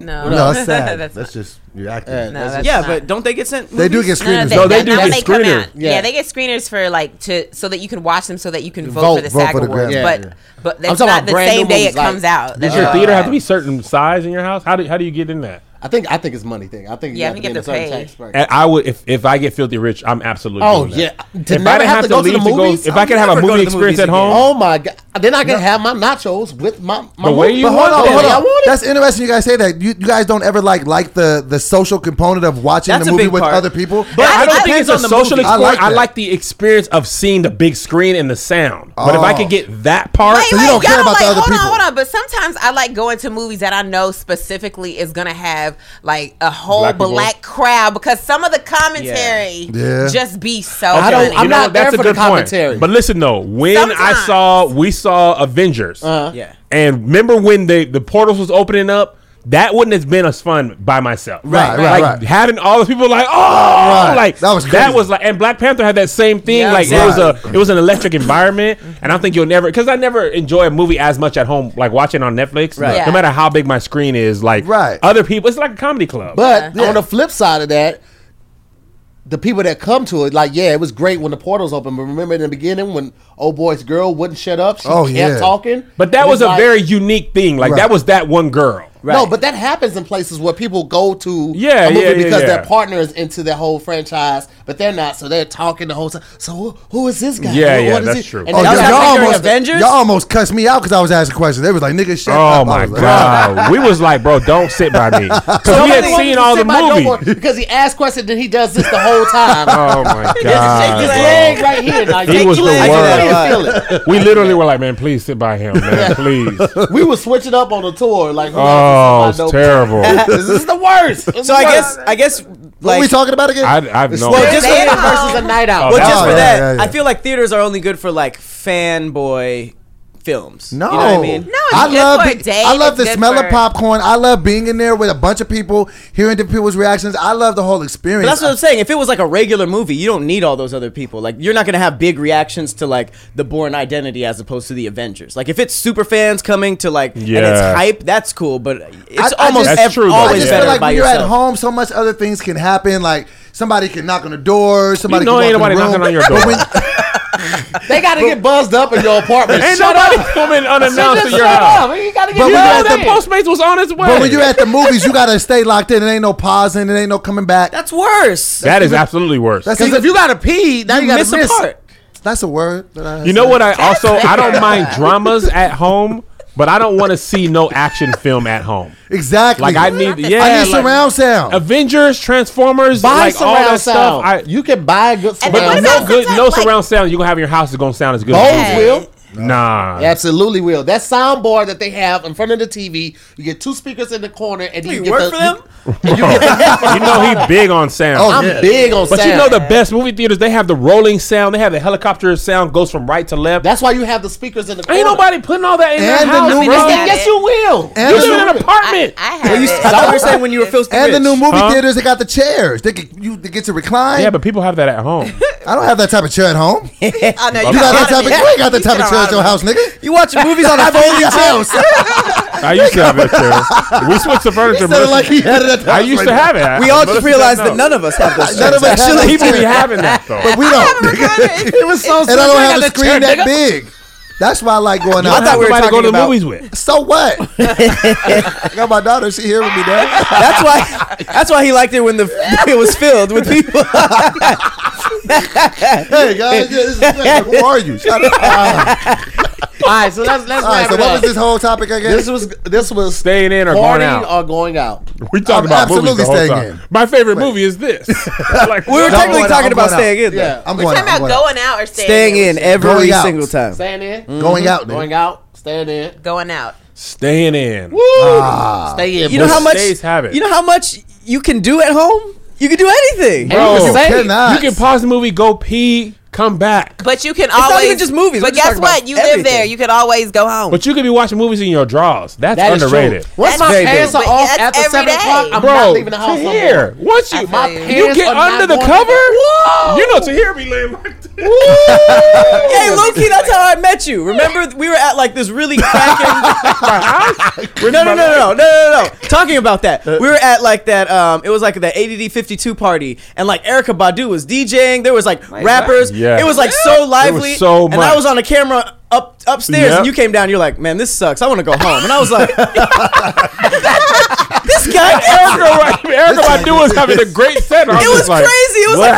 Speaker 5: No.
Speaker 3: No, that's sad. that's,
Speaker 5: That's not-
Speaker 3: just, you're acting.
Speaker 1: Yeah.
Speaker 5: no, that's
Speaker 4: Yeah,
Speaker 5: not-
Speaker 4: but don't they get sent?
Speaker 3: They do
Speaker 4: movies?
Speaker 3: get
Speaker 5: No,
Speaker 3: screeners.
Speaker 5: they,
Speaker 2: No,
Speaker 5: they,
Speaker 2: they do
Speaker 5: now
Speaker 2: get
Speaker 5: they come
Speaker 2: screener.
Speaker 5: out.
Speaker 1: Yeah.
Speaker 5: Yeah. they get screeners for like to so that you can watch them, so that you can vote,
Speaker 3: Vote-
Speaker 5: for the
Speaker 3: vote
Speaker 5: SAG
Speaker 3: for the
Speaker 5: awards.
Speaker 1: Grammy.
Speaker 5: but
Speaker 1: Yeah.
Speaker 5: but
Speaker 1: I'm
Speaker 5: that's
Speaker 1: talking
Speaker 5: not
Speaker 1: about
Speaker 5: the
Speaker 1: brand
Speaker 5: same
Speaker 1: new
Speaker 5: day it
Speaker 1: movies, like-
Speaker 5: comes out.
Speaker 2: Does
Speaker 5: That's
Speaker 2: your
Speaker 5: all
Speaker 2: theater
Speaker 5: that.
Speaker 2: have
Speaker 4: uh,
Speaker 2: to be certain size in your house? How do how do you get in that?
Speaker 1: I think I think it's money thing. I think
Speaker 5: Yeah, I
Speaker 1: have
Speaker 5: think
Speaker 1: be
Speaker 5: you
Speaker 1: in a
Speaker 5: have to
Speaker 1: certain
Speaker 5: pay.
Speaker 1: tax bracket.
Speaker 2: And I would if, if I get filthy rich, I'm absolutely.
Speaker 1: Oh,
Speaker 2: doing that.
Speaker 1: yeah. To
Speaker 2: If I
Speaker 1: never
Speaker 2: didn't have, to, leave
Speaker 1: the
Speaker 2: to go,
Speaker 1: movies?
Speaker 2: if I could have a
Speaker 4: Never go
Speaker 2: movie
Speaker 4: to the
Speaker 2: experience
Speaker 4: movies
Speaker 2: at
Speaker 4: again.
Speaker 2: home,
Speaker 1: Oh my god! Then I can have my nachos with my, my
Speaker 2: The way
Speaker 1: movie.
Speaker 2: you
Speaker 3: But hold
Speaker 2: Yeah,
Speaker 3: on, but hold
Speaker 2: yeah,
Speaker 3: on.
Speaker 1: I want it.
Speaker 3: That's interesting. You guys say that. You, you guys don't ever like like the the social component of watching
Speaker 4: That's
Speaker 3: the
Speaker 4: a
Speaker 3: movie
Speaker 4: big
Speaker 3: with
Speaker 4: part.
Speaker 3: other people.
Speaker 2: But I,
Speaker 4: I
Speaker 2: don't
Speaker 4: think
Speaker 2: think
Speaker 4: it
Speaker 2: it's a
Speaker 4: depends on the
Speaker 2: social
Speaker 4: movie.
Speaker 2: experience. I
Speaker 3: I
Speaker 2: like,
Speaker 3: like that.
Speaker 2: the experience of seeing the big screen and the sound. But if I
Speaker 3: Oh.
Speaker 2: could get that part,
Speaker 5: Wait,
Speaker 3: So you
Speaker 5: wait,
Speaker 3: don't care
Speaker 5: y'all,
Speaker 3: about the
Speaker 5: like,
Speaker 3: other
Speaker 5: hold
Speaker 3: people.
Speaker 5: on, hold on. But sometimes I like going to movies that I know specifically is gonna have like a whole
Speaker 2: Black
Speaker 5: black,
Speaker 2: people.
Speaker 5: crowd because some of the commentary
Speaker 3: Yeah.
Speaker 5: just be so.
Speaker 1: I don't-
Speaker 5: funny.
Speaker 1: I'm
Speaker 2: You know
Speaker 1: not
Speaker 2: what? That's
Speaker 1: there for
Speaker 2: a
Speaker 1: the
Speaker 2: good point.
Speaker 1: commentary.
Speaker 2: But listen though, when I
Speaker 5: Sometimes.
Speaker 2: saw we saw Avengers,
Speaker 1: Uh-huh.
Speaker 4: Yeah.
Speaker 2: and remember when they the portals was opening up. That wouldn't have been as fun by myself,
Speaker 3: Right,
Speaker 2: Like,
Speaker 3: right,
Speaker 2: Like
Speaker 3: right.
Speaker 2: having all the people like, oh, like
Speaker 3: That was
Speaker 2: that
Speaker 3: crazy.
Speaker 2: was like, and Black Panther had that same thing.
Speaker 5: Yeah,
Speaker 2: like it was a,
Speaker 3: exactly.
Speaker 2: it was an electric environment, and I think you'll never, because I never enjoy a movie as much at home, like watching on Netflix,
Speaker 5: Right.
Speaker 2: no
Speaker 5: Yeah.
Speaker 2: matter how big my screen is. Like
Speaker 3: Right.
Speaker 2: other people, it's like a comedy club.
Speaker 1: But
Speaker 3: Yeah.
Speaker 1: on the flip side of that, the people that come to it, like, yeah, it was great when the portals opened. But remember in the beginning when old boy's girl wouldn't shut up? She
Speaker 3: Oh,
Speaker 1: kept
Speaker 3: yeah.
Speaker 1: talking.
Speaker 2: but that
Speaker 1: And
Speaker 2: was
Speaker 1: it's
Speaker 2: a
Speaker 1: like-
Speaker 2: very unique thing. Like that
Speaker 3: Right.
Speaker 2: was that one girl.
Speaker 1: No,
Speaker 4: Right.
Speaker 1: but that happens in places where people go to
Speaker 2: Yeah,
Speaker 1: a movie
Speaker 2: yeah, yeah,
Speaker 1: because
Speaker 2: yeah.
Speaker 1: their partner is into their whole franchise, but they're not, so they're talking the whole time. So who, who is this guy?
Speaker 2: Yeah,
Speaker 1: Who-
Speaker 2: yeah,
Speaker 1: what is
Speaker 2: that's
Speaker 1: he?
Speaker 2: true.
Speaker 1: And
Speaker 3: Oh,
Speaker 1: they
Speaker 3: y'all,
Speaker 4: That was
Speaker 1: start
Speaker 3: y'all
Speaker 4: like during
Speaker 1: comparing
Speaker 3: almost
Speaker 1: the-
Speaker 4: Avengers?
Speaker 3: y'all almost cussed me out because I was asking questions. They was like, "Nigga, shut
Speaker 2: Oh
Speaker 3: up." I
Speaker 2: my
Speaker 3: was like,
Speaker 2: god, we was like, bro, don't sit by me. So we
Speaker 1: Nobody
Speaker 2: had
Speaker 1: wants
Speaker 2: seen
Speaker 1: to
Speaker 2: all the
Speaker 1: sit by no one
Speaker 2: movies.
Speaker 1: because he asks questions, then he does this the whole time.
Speaker 2: Oh my
Speaker 1: Shake this
Speaker 2: god,
Speaker 1: leg right here. Now,
Speaker 2: bro. he was the
Speaker 1: I
Speaker 4: leg.
Speaker 1: just wanna didn't feel it.
Speaker 2: we literally were like, man, please sit by him, man, please.
Speaker 1: We would switch it up on the tour, like who
Speaker 2: Oh,
Speaker 1: else is
Speaker 2: it's
Speaker 1: somebody
Speaker 2: terrible.
Speaker 1: dope? this is the worst. It's
Speaker 4: So
Speaker 1: the
Speaker 4: I
Speaker 1: worst.
Speaker 4: guess I guess
Speaker 3: What are we
Speaker 4: like
Speaker 3: talking about again?
Speaker 2: I, I've no.
Speaker 4: Well,
Speaker 5: They're
Speaker 4: just for
Speaker 5: at
Speaker 4: that
Speaker 5: home.
Speaker 1: versus a night out.
Speaker 2: Oh,
Speaker 4: well, just
Speaker 3: Oh,
Speaker 4: for
Speaker 3: yeah,
Speaker 4: that,
Speaker 3: yeah, yeah.
Speaker 4: I feel like theaters are only good for like fanboy films.
Speaker 3: No,
Speaker 4: you know what I mean.
Speaker 5: No, it's
Speaker 3: I
Speaker 5: good
Speaker 3: love
Speaker 5: for a
Speaker 3: be-
Speaker 5: date.
Speaker 3: I love
Speaker 5: It's
Speaker 3: the
Speaker 5: good
Speaker 3: smell
Speaker 5: for-
Speaker 3: of popcorn. I love being in there with a bunch of people, hearing different people's reactions. I love the whole experience.
Speaker 4: But that's
Speaker 2: uh,
Speaker 4: what I'm saying. If it was like a regular movie, you don't need all those other people. Like you're not gonna have big reactions to like the Born Identity as opposed to the Avengers. Like if it's super fans coming to like and it's
Speaker 2: Yeah.
Speaker 4: hype, that's cool. But it's
Speaker 3: I
Speaker 4: almost
Speaker 3: just-
Speaker 2: That's
Speaker 4: ev-
Speaker 2: true, though.
Speaker 3: I
Speaker 4: always
Speaker 3: just
Speaker 4: better
Speaker 3: feel like
Speaker 4: by
Speaker 3: when you're
Speaker 4: yourself.
Speaker 3: at home, so much other things can happen. Like somebody can knock on the door. Somebody
Speaker 2: know
Speaker 3: can
Speaker 2: ain't
Speaker 3: walk
Speaker 2: nobody
Speaker 3: in the room.
Speaker 2: knocking on your
Speaker 3: But
Speaker 2: door.
Speaker 3: when-
Speaker 1: They gotta get buzzed up in your apartment.
Speaker 2: Ain't
Speaker 1: Shut
Speaker 2: nobody
Speaker 1: up.
Speaker 2: coming unannounced to
Speaker 1: Just
Speaker 2: your
Speaker 1: shut
Speaker 2: house.
Speaker 1: up. You gotta get
Speaker 3: But
Speaker 1: buzzed
Speaker 3: when you're
Speaker 2: No,
Speaker 3: at
Speaker 1: up.
Speaker 3: the
Speaker 2: that postmates was on his way.
Speaker 3: but when you're at the movies, you gotta stay locked in. It ain't no pausing. It ain't no coming back.
Speaker 4: That's worse.
Speaker 2: that is absolutely worse.
Speaker 3: That's
Speaker 1: Because
Speaker 3: even,
Speaker 1: if you gotta pee, now you, gotta
Speaker 4: miss
Speaker 1: miss,
Speaker 4: a part.
Speaker 3: that's a word. That I
Speaker 2: You know what? I also I don't mind dramas at home, but I don't want to see no action film at home.
Speaker 3: Exactly.
Speaker 2: Like I need, yeah,
Speaker 3: I need
Speaker 2: like,
Speaker 3: surround sound.
Speaker 2: Avengers, Transformers,
Speaker 1: Buy
Speaker 2: like all
Speaker 1: surround
Speaker 2: that
Speaker 1: sound.
Speaker 2: stuff. I,
Speaker 1: you can buy a good
Speaker 5: And
Speaker 1: surround.
Speaker 5: then
Speaker 2: but
Speaker 5: what
Speaker 2: no
Speaker 5: about
Speaker 2: good, no
Speaker 5: sometimes, like-
Speaker 2: surround sound you're gonna have in your house is gonna sound as good.
Speaker 1: Bose
Speaker 2: as
Speaker 5: Yeah.
Speaker 1: will.
Speaker 2: Nah,
Speaker 1: Absolutely will. That sound bar that they have in front of the TV, you get two speakers in the corner, and you,
Speaker 4: You
Speaker 1: get
Speaker 4: work
Speaker 1: the,
Speaker 4: for them?
Speaker 1: and you get the-
Speaker 2: you know he big on sound.
Speaker 3: Oh,
Speaker 1: I'm
Speaker 3: yeah.
Speaker 1: big on
Speaker 2: But
Speaker 1: sound.
Speaker 2: you know the best movie theaters they have the rolling sound. They have the helicopter sound goes from right to left.
Speaker 1: That's why you have the speakers in the corner.
Speaker 2: Ain't nobody putting all that in their
Speaker 3: And the
Speaker 2: house,
Speaker 3: new
Speaker 2: bro.
Speaker 5: movie-
Speaker 1: Yes, you will.
Speaker 3: And
Speaker 2: You
Speaker 3: the
Speaker 2: live in
Speaker 3: new-
Speaker 2: an apartment.
Speaker 5: I, I have
Speaker 4: You,
Speaker 5: it.
Speaker 4: is that what you're saying when you were Phil
Speaker 3: and the new movie
Speaker 2: Huh?
Speaker 3: theaters, they got the chairs. They get you they get to recline.
Speaker 2: yeah, but people have that at home.
Speaker 3: I don't have that type of chair at home. You
Speaker 5: Oh, no, you,
Speaker 3: got that
Speaker 5: gotta
Speaker 3: type of
Speaker 5: be-
Speaker 3: you ain't got that
Speaker 5: you
Speaker 3: type of
Speaker 5: gotta
Speaker 3: chair at your
Speaker 5: be-
Speaker 3: house, nigga.
Speaker 4: You watch movies on a phone.
Speaker 3: Your house.
Speaker 2: I used to have that chair. We switched the furniture.
Speaker 3: Sounded
Speaker 2: Melissa.
Speaker 3: like he had it at the
Speaker 2: I
Speaker 3: house
Speaker 2: used
Speaker 3: right
Speaker 2: to
Speaker 3: now.
Speaker 2: have it. I-
Speaker 4: We all
Speaker 2: Melissa said
Speaker 4: just realized
Speaker 2: no.
Speaker 4: that none of us have those.
Speaker 3: None of us have
Speaker 4: actually.
Speaker 3: those.
Speaker 2: people be having that though.
Speaker 3: We don't.
Speaker 1: It was so
Speaker 3: and I don't have
Speaker 5: got
Speaker 3: a
Speaker 5: the
Speaker 3: screen
Speaker 5: chair,
Speaker 3: that
Speaker 5: nigga.
Speaker 3: big. That's why I like going
Speaker 4: I
Speaker 3: out.
Speaker 4: thought we were
Speaker 2: Somebody to
Speaker 4: talking
Speaker 2: go to the
Speaker 4: about-
Speaker 2: movies with.
Speaker 3: so what? I got my daughter. She here with me, dad.
Speaker 4: That's why. That's why he liked it when the it was filled with people.
Speaker 3: Hey guys, yeah, this is Nick. who are you? Shut up.
Speaker 1: All right, so let's let's
Speaker 3: All right.
Speaker 1: wrap
Speaker 3: So
Speaker 1: it
Speaker 3: what
Speaker 1: up.
Speaker 3: was this whole topic again?
Speaker 1: This was this was
Speaker 2: Staying in or going
Speaker 1: partying
Speaker 2: out.
Speaker 1: or going out.
Speaker 2: We talking
Speaker 3: I'm
Speaker 2: about
Speaker 3: absolutely
Speaker 2: movies the whole
Speaker 3: staying
Speaker 2: time.
Speaker 3: in.
Speaker 2: My favorite movie is this. like,
Speaker 4: We were
Speaker 2: what?
Speaker 4: technically
Speaker 3: going out,
Speaker 4: talking
Speaker 3: I'm going out.
Speaker 4: about staying in. though.
Speaker 1: Yeah,
Speaker 3: I'm
Speaker 5: You're
Speaker 3: going.
Speaker 5: talking
Speaker 3: out, I'm
Speaker 5: about
Speaker 3: going out.
Speaker 5: going out or
Speaker 4: Staying in every
Speaker 3: Going out.
Speaker 4: single time.
Speaker 1: staying in,
Speaker 3: Going out.
Speaker 1: Mm-hmm. going
Speaker 3: nigga.
Speaker 1: out, staying in.
Speaker 5: Going out.
Speaker 2: Staying in.
Speaker 1: Stay in.
Speaker 4: You know
Speaker 1: boy.
Speaker 4: how much
Speaker 2: Stays have it.
Speaker 4: you know how much you can do at home. You can do anything.
Speaker 1: And
Speaker 2: Bro,
Speaker 1: you
Speaker 2: you
Speaker 1: can say it.
Speaker 3: cannot.
Speaker 2: You can pause the movie, go pee, come back.
Speaker 5: But you can
Speaker 4: not
Speaker 5: always
Speaker 4: even just movies. We're
Speaker 5: But
Speaker 4: just
Speaker 5: guess
Speaker 4: talking about
Speaker 5: what? You live there.
Speaker 4: everything.
Speaker 5: You can always go home.
Speaker 2: But you could be watching movies in your drawers. That's
Speaker 1: That is
Speaker 2: underrated.
Speaker 1: true. Once
Speaker 5: That's
Speaker 1: my
Speaker 5: very
Speaker 1: pants
Speaker 5: big.
Speaker 1: are off
Speaker 5: But
Speaker 1: after
Speaker 5: that's
Speaker 1: seven
Speaker 5: every
Speaker 1: o'clock,
Speaker 5: day.
Speaker 1: I'm
Speaker 2: Bro,
Speaker 1: not leaving the house.
Speaker 2: to
Speaker 1: no
Speaker 2: here.
Speaker 1: more.
Speaker 2: Once you
Speaker 1: My
Speaker 5: You
Speaker 2: you
Speaker 1: pants
Speaker 2: get
Speaker 1: are not
Speaker 2: under the
Speaker 1: going-
Speaker 2: cover, you know to hear me laying like
Speaker 4: Hey, Loki, that's how I met you. Remember, we were at like this really cracking.
Speaker 2: this.
Speaker 4: no, no, no, no, no, no, no, no. Talking about that,
Speaker 2: Uh,
Speaker 4: we were at like that. Um, it was like that ADD 52 party, and like Erica Badu was DJing. There was like rappers.
Speaker 2: Yeah.
Speaker 4: It was like so lively.
Speaker 2: so
Speaker 4: And I
Speaker 2: much.
Speaker 4: was on a camera up upstairs,
Speaker 2: Yep.
Speaker 4: and you came down. You're like, man, this sucks. I want to go home. And I was like, this guy.
Speaker 2: Erica, right, Erica Badu was having a great set. I
Speaker 4: It was
Speaker 2: just like,
Speaker 4: crazy. It was like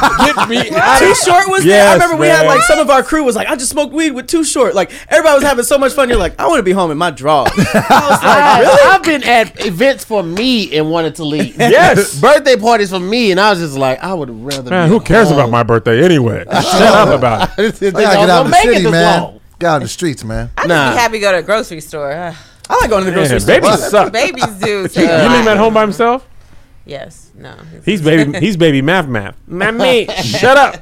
Speaker 2: "What? get me out
Speaker 4: Too
Speaker 2: of
Speaker 4: short was there. I
Speaker 2: Yes,
Speaker 4: remember we had
Speaker 2: man.
Speaker 4: like some of our crew was like, I just smoked weed with Too Short. Like everybody was having so much fun. You're like, I want to be home in my draw.
Speaker 1: I- I've been at events for me and wanted to leave.
Speaker 2: Yes.
Speaker 1: birthday parties for me, and I was just like, I would rather.
Speaker 2: Man,
Speaker 1: be
Speaker 2: who cares
Speaker 1: home.
Speaker 2: about my birthday anyway? Shut up about it.
Speaker 1: I didn't think
Speaker 3: I gotta
Speaker 1: I was gonna
Speaker 3: get out of the
Speaker 1: make it
Speaker 3: city,
Speaker 1: this
Speaker 3: man.
Speaker 1: long.
Speaker 3: Get out of the streets, man.
Speaker 5: I just
Speaker 1: Nah.
Speaker 5: be happy to go to the grocery store. Ugh.
Speaker 4: I like going to the grocery
Speaker 2: Man,
Speaker 4: store.
Speaker 2: babies suck.
Speaker 5: Babies do.
Speaker 2: You
Speaker 5: Take a
Speaker 2: leave him
Speaker 5: lot.
Speaker 2: at home by himself?
Speaker 5: Yes. No.
Speaker 2: He's baby. He's baby math math. My mate, shut up.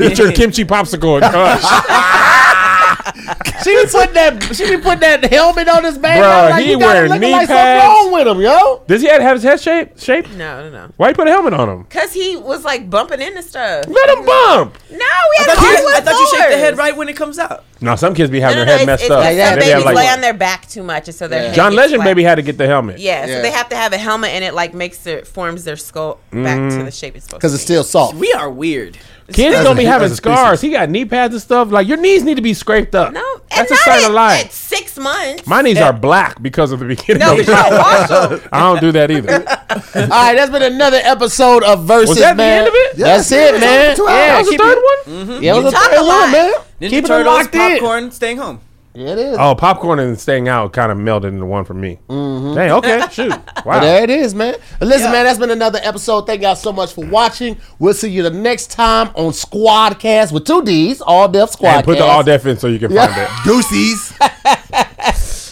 Speaker 2: Eat your kimchi popsicle. Uh, and Hush.
Speaker 1: She be putting that. She be putting that helmet on his baby.
Speaker 2: Bruh,
Speaker 1: I was like,
Speaker 2: he
Speaker 1: you got him
Speaker 2: wearing
Speaker 1: looking
Speaker 2: knee
Speaker 1: like
Speaker 2: pads.
Speaker 1: something wrong with him, yo.
Speaker 2: Does he have have his head shape? Shape?
Speaker 5: No. No. No.
Speaker 2: Why you put a helmet on him?
Speaker 5: Cause he was like bumping into stuff. No,
Speaker 2: Let him bump.
Speaker 5: we had
Speaker 4: I thought, you,
Speaker 5: hardwood
Speaker 4: I thought you shake the
Speaker 5: floors.
Speaker 4: head right when it comes out.
Speaker 2: No, some kids be
Speaker 5: No,
Speaker 2: having
Speaker 5: no,
Speaker 2: their head
Speaker 5: no,
Speaker 2: messed
Speaker 5: it's,
Speaker 2: up.
Speaker 5: It's,
Speaker 1: Yeah,
Speaker 5: some
Speaker 2: They be
Speaker 5: babies
Speaker 2: having,
Speaker 5: lay
Speaker 2: like,
Speaker 5: on their back too much, and so their head
Speaker 2: John
Speaker 5: gets
Speaker 2: Legend
Speaker 5: flat.
Speaker 2: baby had to get the helmet.
Speaker 5: Yeah,
Speaker 1: Yeah.
Speaker 5: so they have to have a helmet, and it like makes their forms their skull back
Speaker 4: Mm-hmm.
Speaker 5: to the shape it's supposed to.
Speaker 1: Because it's still soft.
Speaker 4: We are weird.
Speaker 2: Kids
Speaker 3: As
Speaker 2: don't
Speaker 3: a-
Speaker 2: be
Speaker 3: as
Speaker 2: having
Speaker 3: a
Speaker 2: scars. He got knee pads and stuff. Like your knees need to be scraped up.
Speaker 5: No, and
Speaker 2: that's a
Speaker 5: not
Speaker 2: sign
Speaker 5: at,
Speaker 2: of life.
Speaker 5: At six months.
Speaker 2: My knees are black because of the beginning.
Speaker 5: no,
Speaker 2: of
Speaker 5: we don't wash them.
Speaker 2: I don't do that either.
Speaker 1: All right, that's been another episode of Versus.
Speaker 2: that the
Speaker 1: man.
Speaker 2: end of it?
Speaker 1: That's it,
Speaker 3: Yes, it was
Speaker 1: man.
Speaker 3: over two
Speaker 1: Yeah,
Speaker 2: that was the
Speaker 1: keep
Speaker 2: third
Speaker 1: it-
Speaker 2: one.
Speaker 1: Yeah, it was
Speaker 5: You
Speaker 1: the
Speaker 5: talk
Speaker 1: third
Speaker 5: a
Speaker 1: one,
Speaker 5: lot.
Speaker 1: man.
Speaker 4: Ninja
Speaker 1: Keep it
Speaker 4: Turtles,
Speaker 1: locked in.
Speaker 4: popcorn, staying home.
Speaker 1: It is.
Speaker 2: Oh, popcorn and staying out kind of melded into one for me. Mm-hmm. Dang, okay, shoot.
Speaker 1: But there
Speaker 2: Wow.
Speaker 1: it is, man. And Listen,
Speaker 4: Yeah.
Speaker 1: man, that's been another episode. Thank y'all so much for watching. We'll see you the next time on Squadcast with two D's, all deaf squad.
Speaker 2: And put the all deaf in so you can find it.
Speaker 3: Deuces.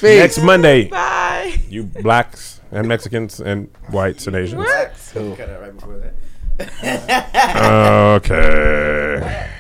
Speaker 2: Next Monday,
Speaker 5: Bye.
Speaker 2: you blacks and Mexicans and whites and Asians.
Speaker 5: What?
Speaker 4: Cut out right before that.
Speaker 2: Okay.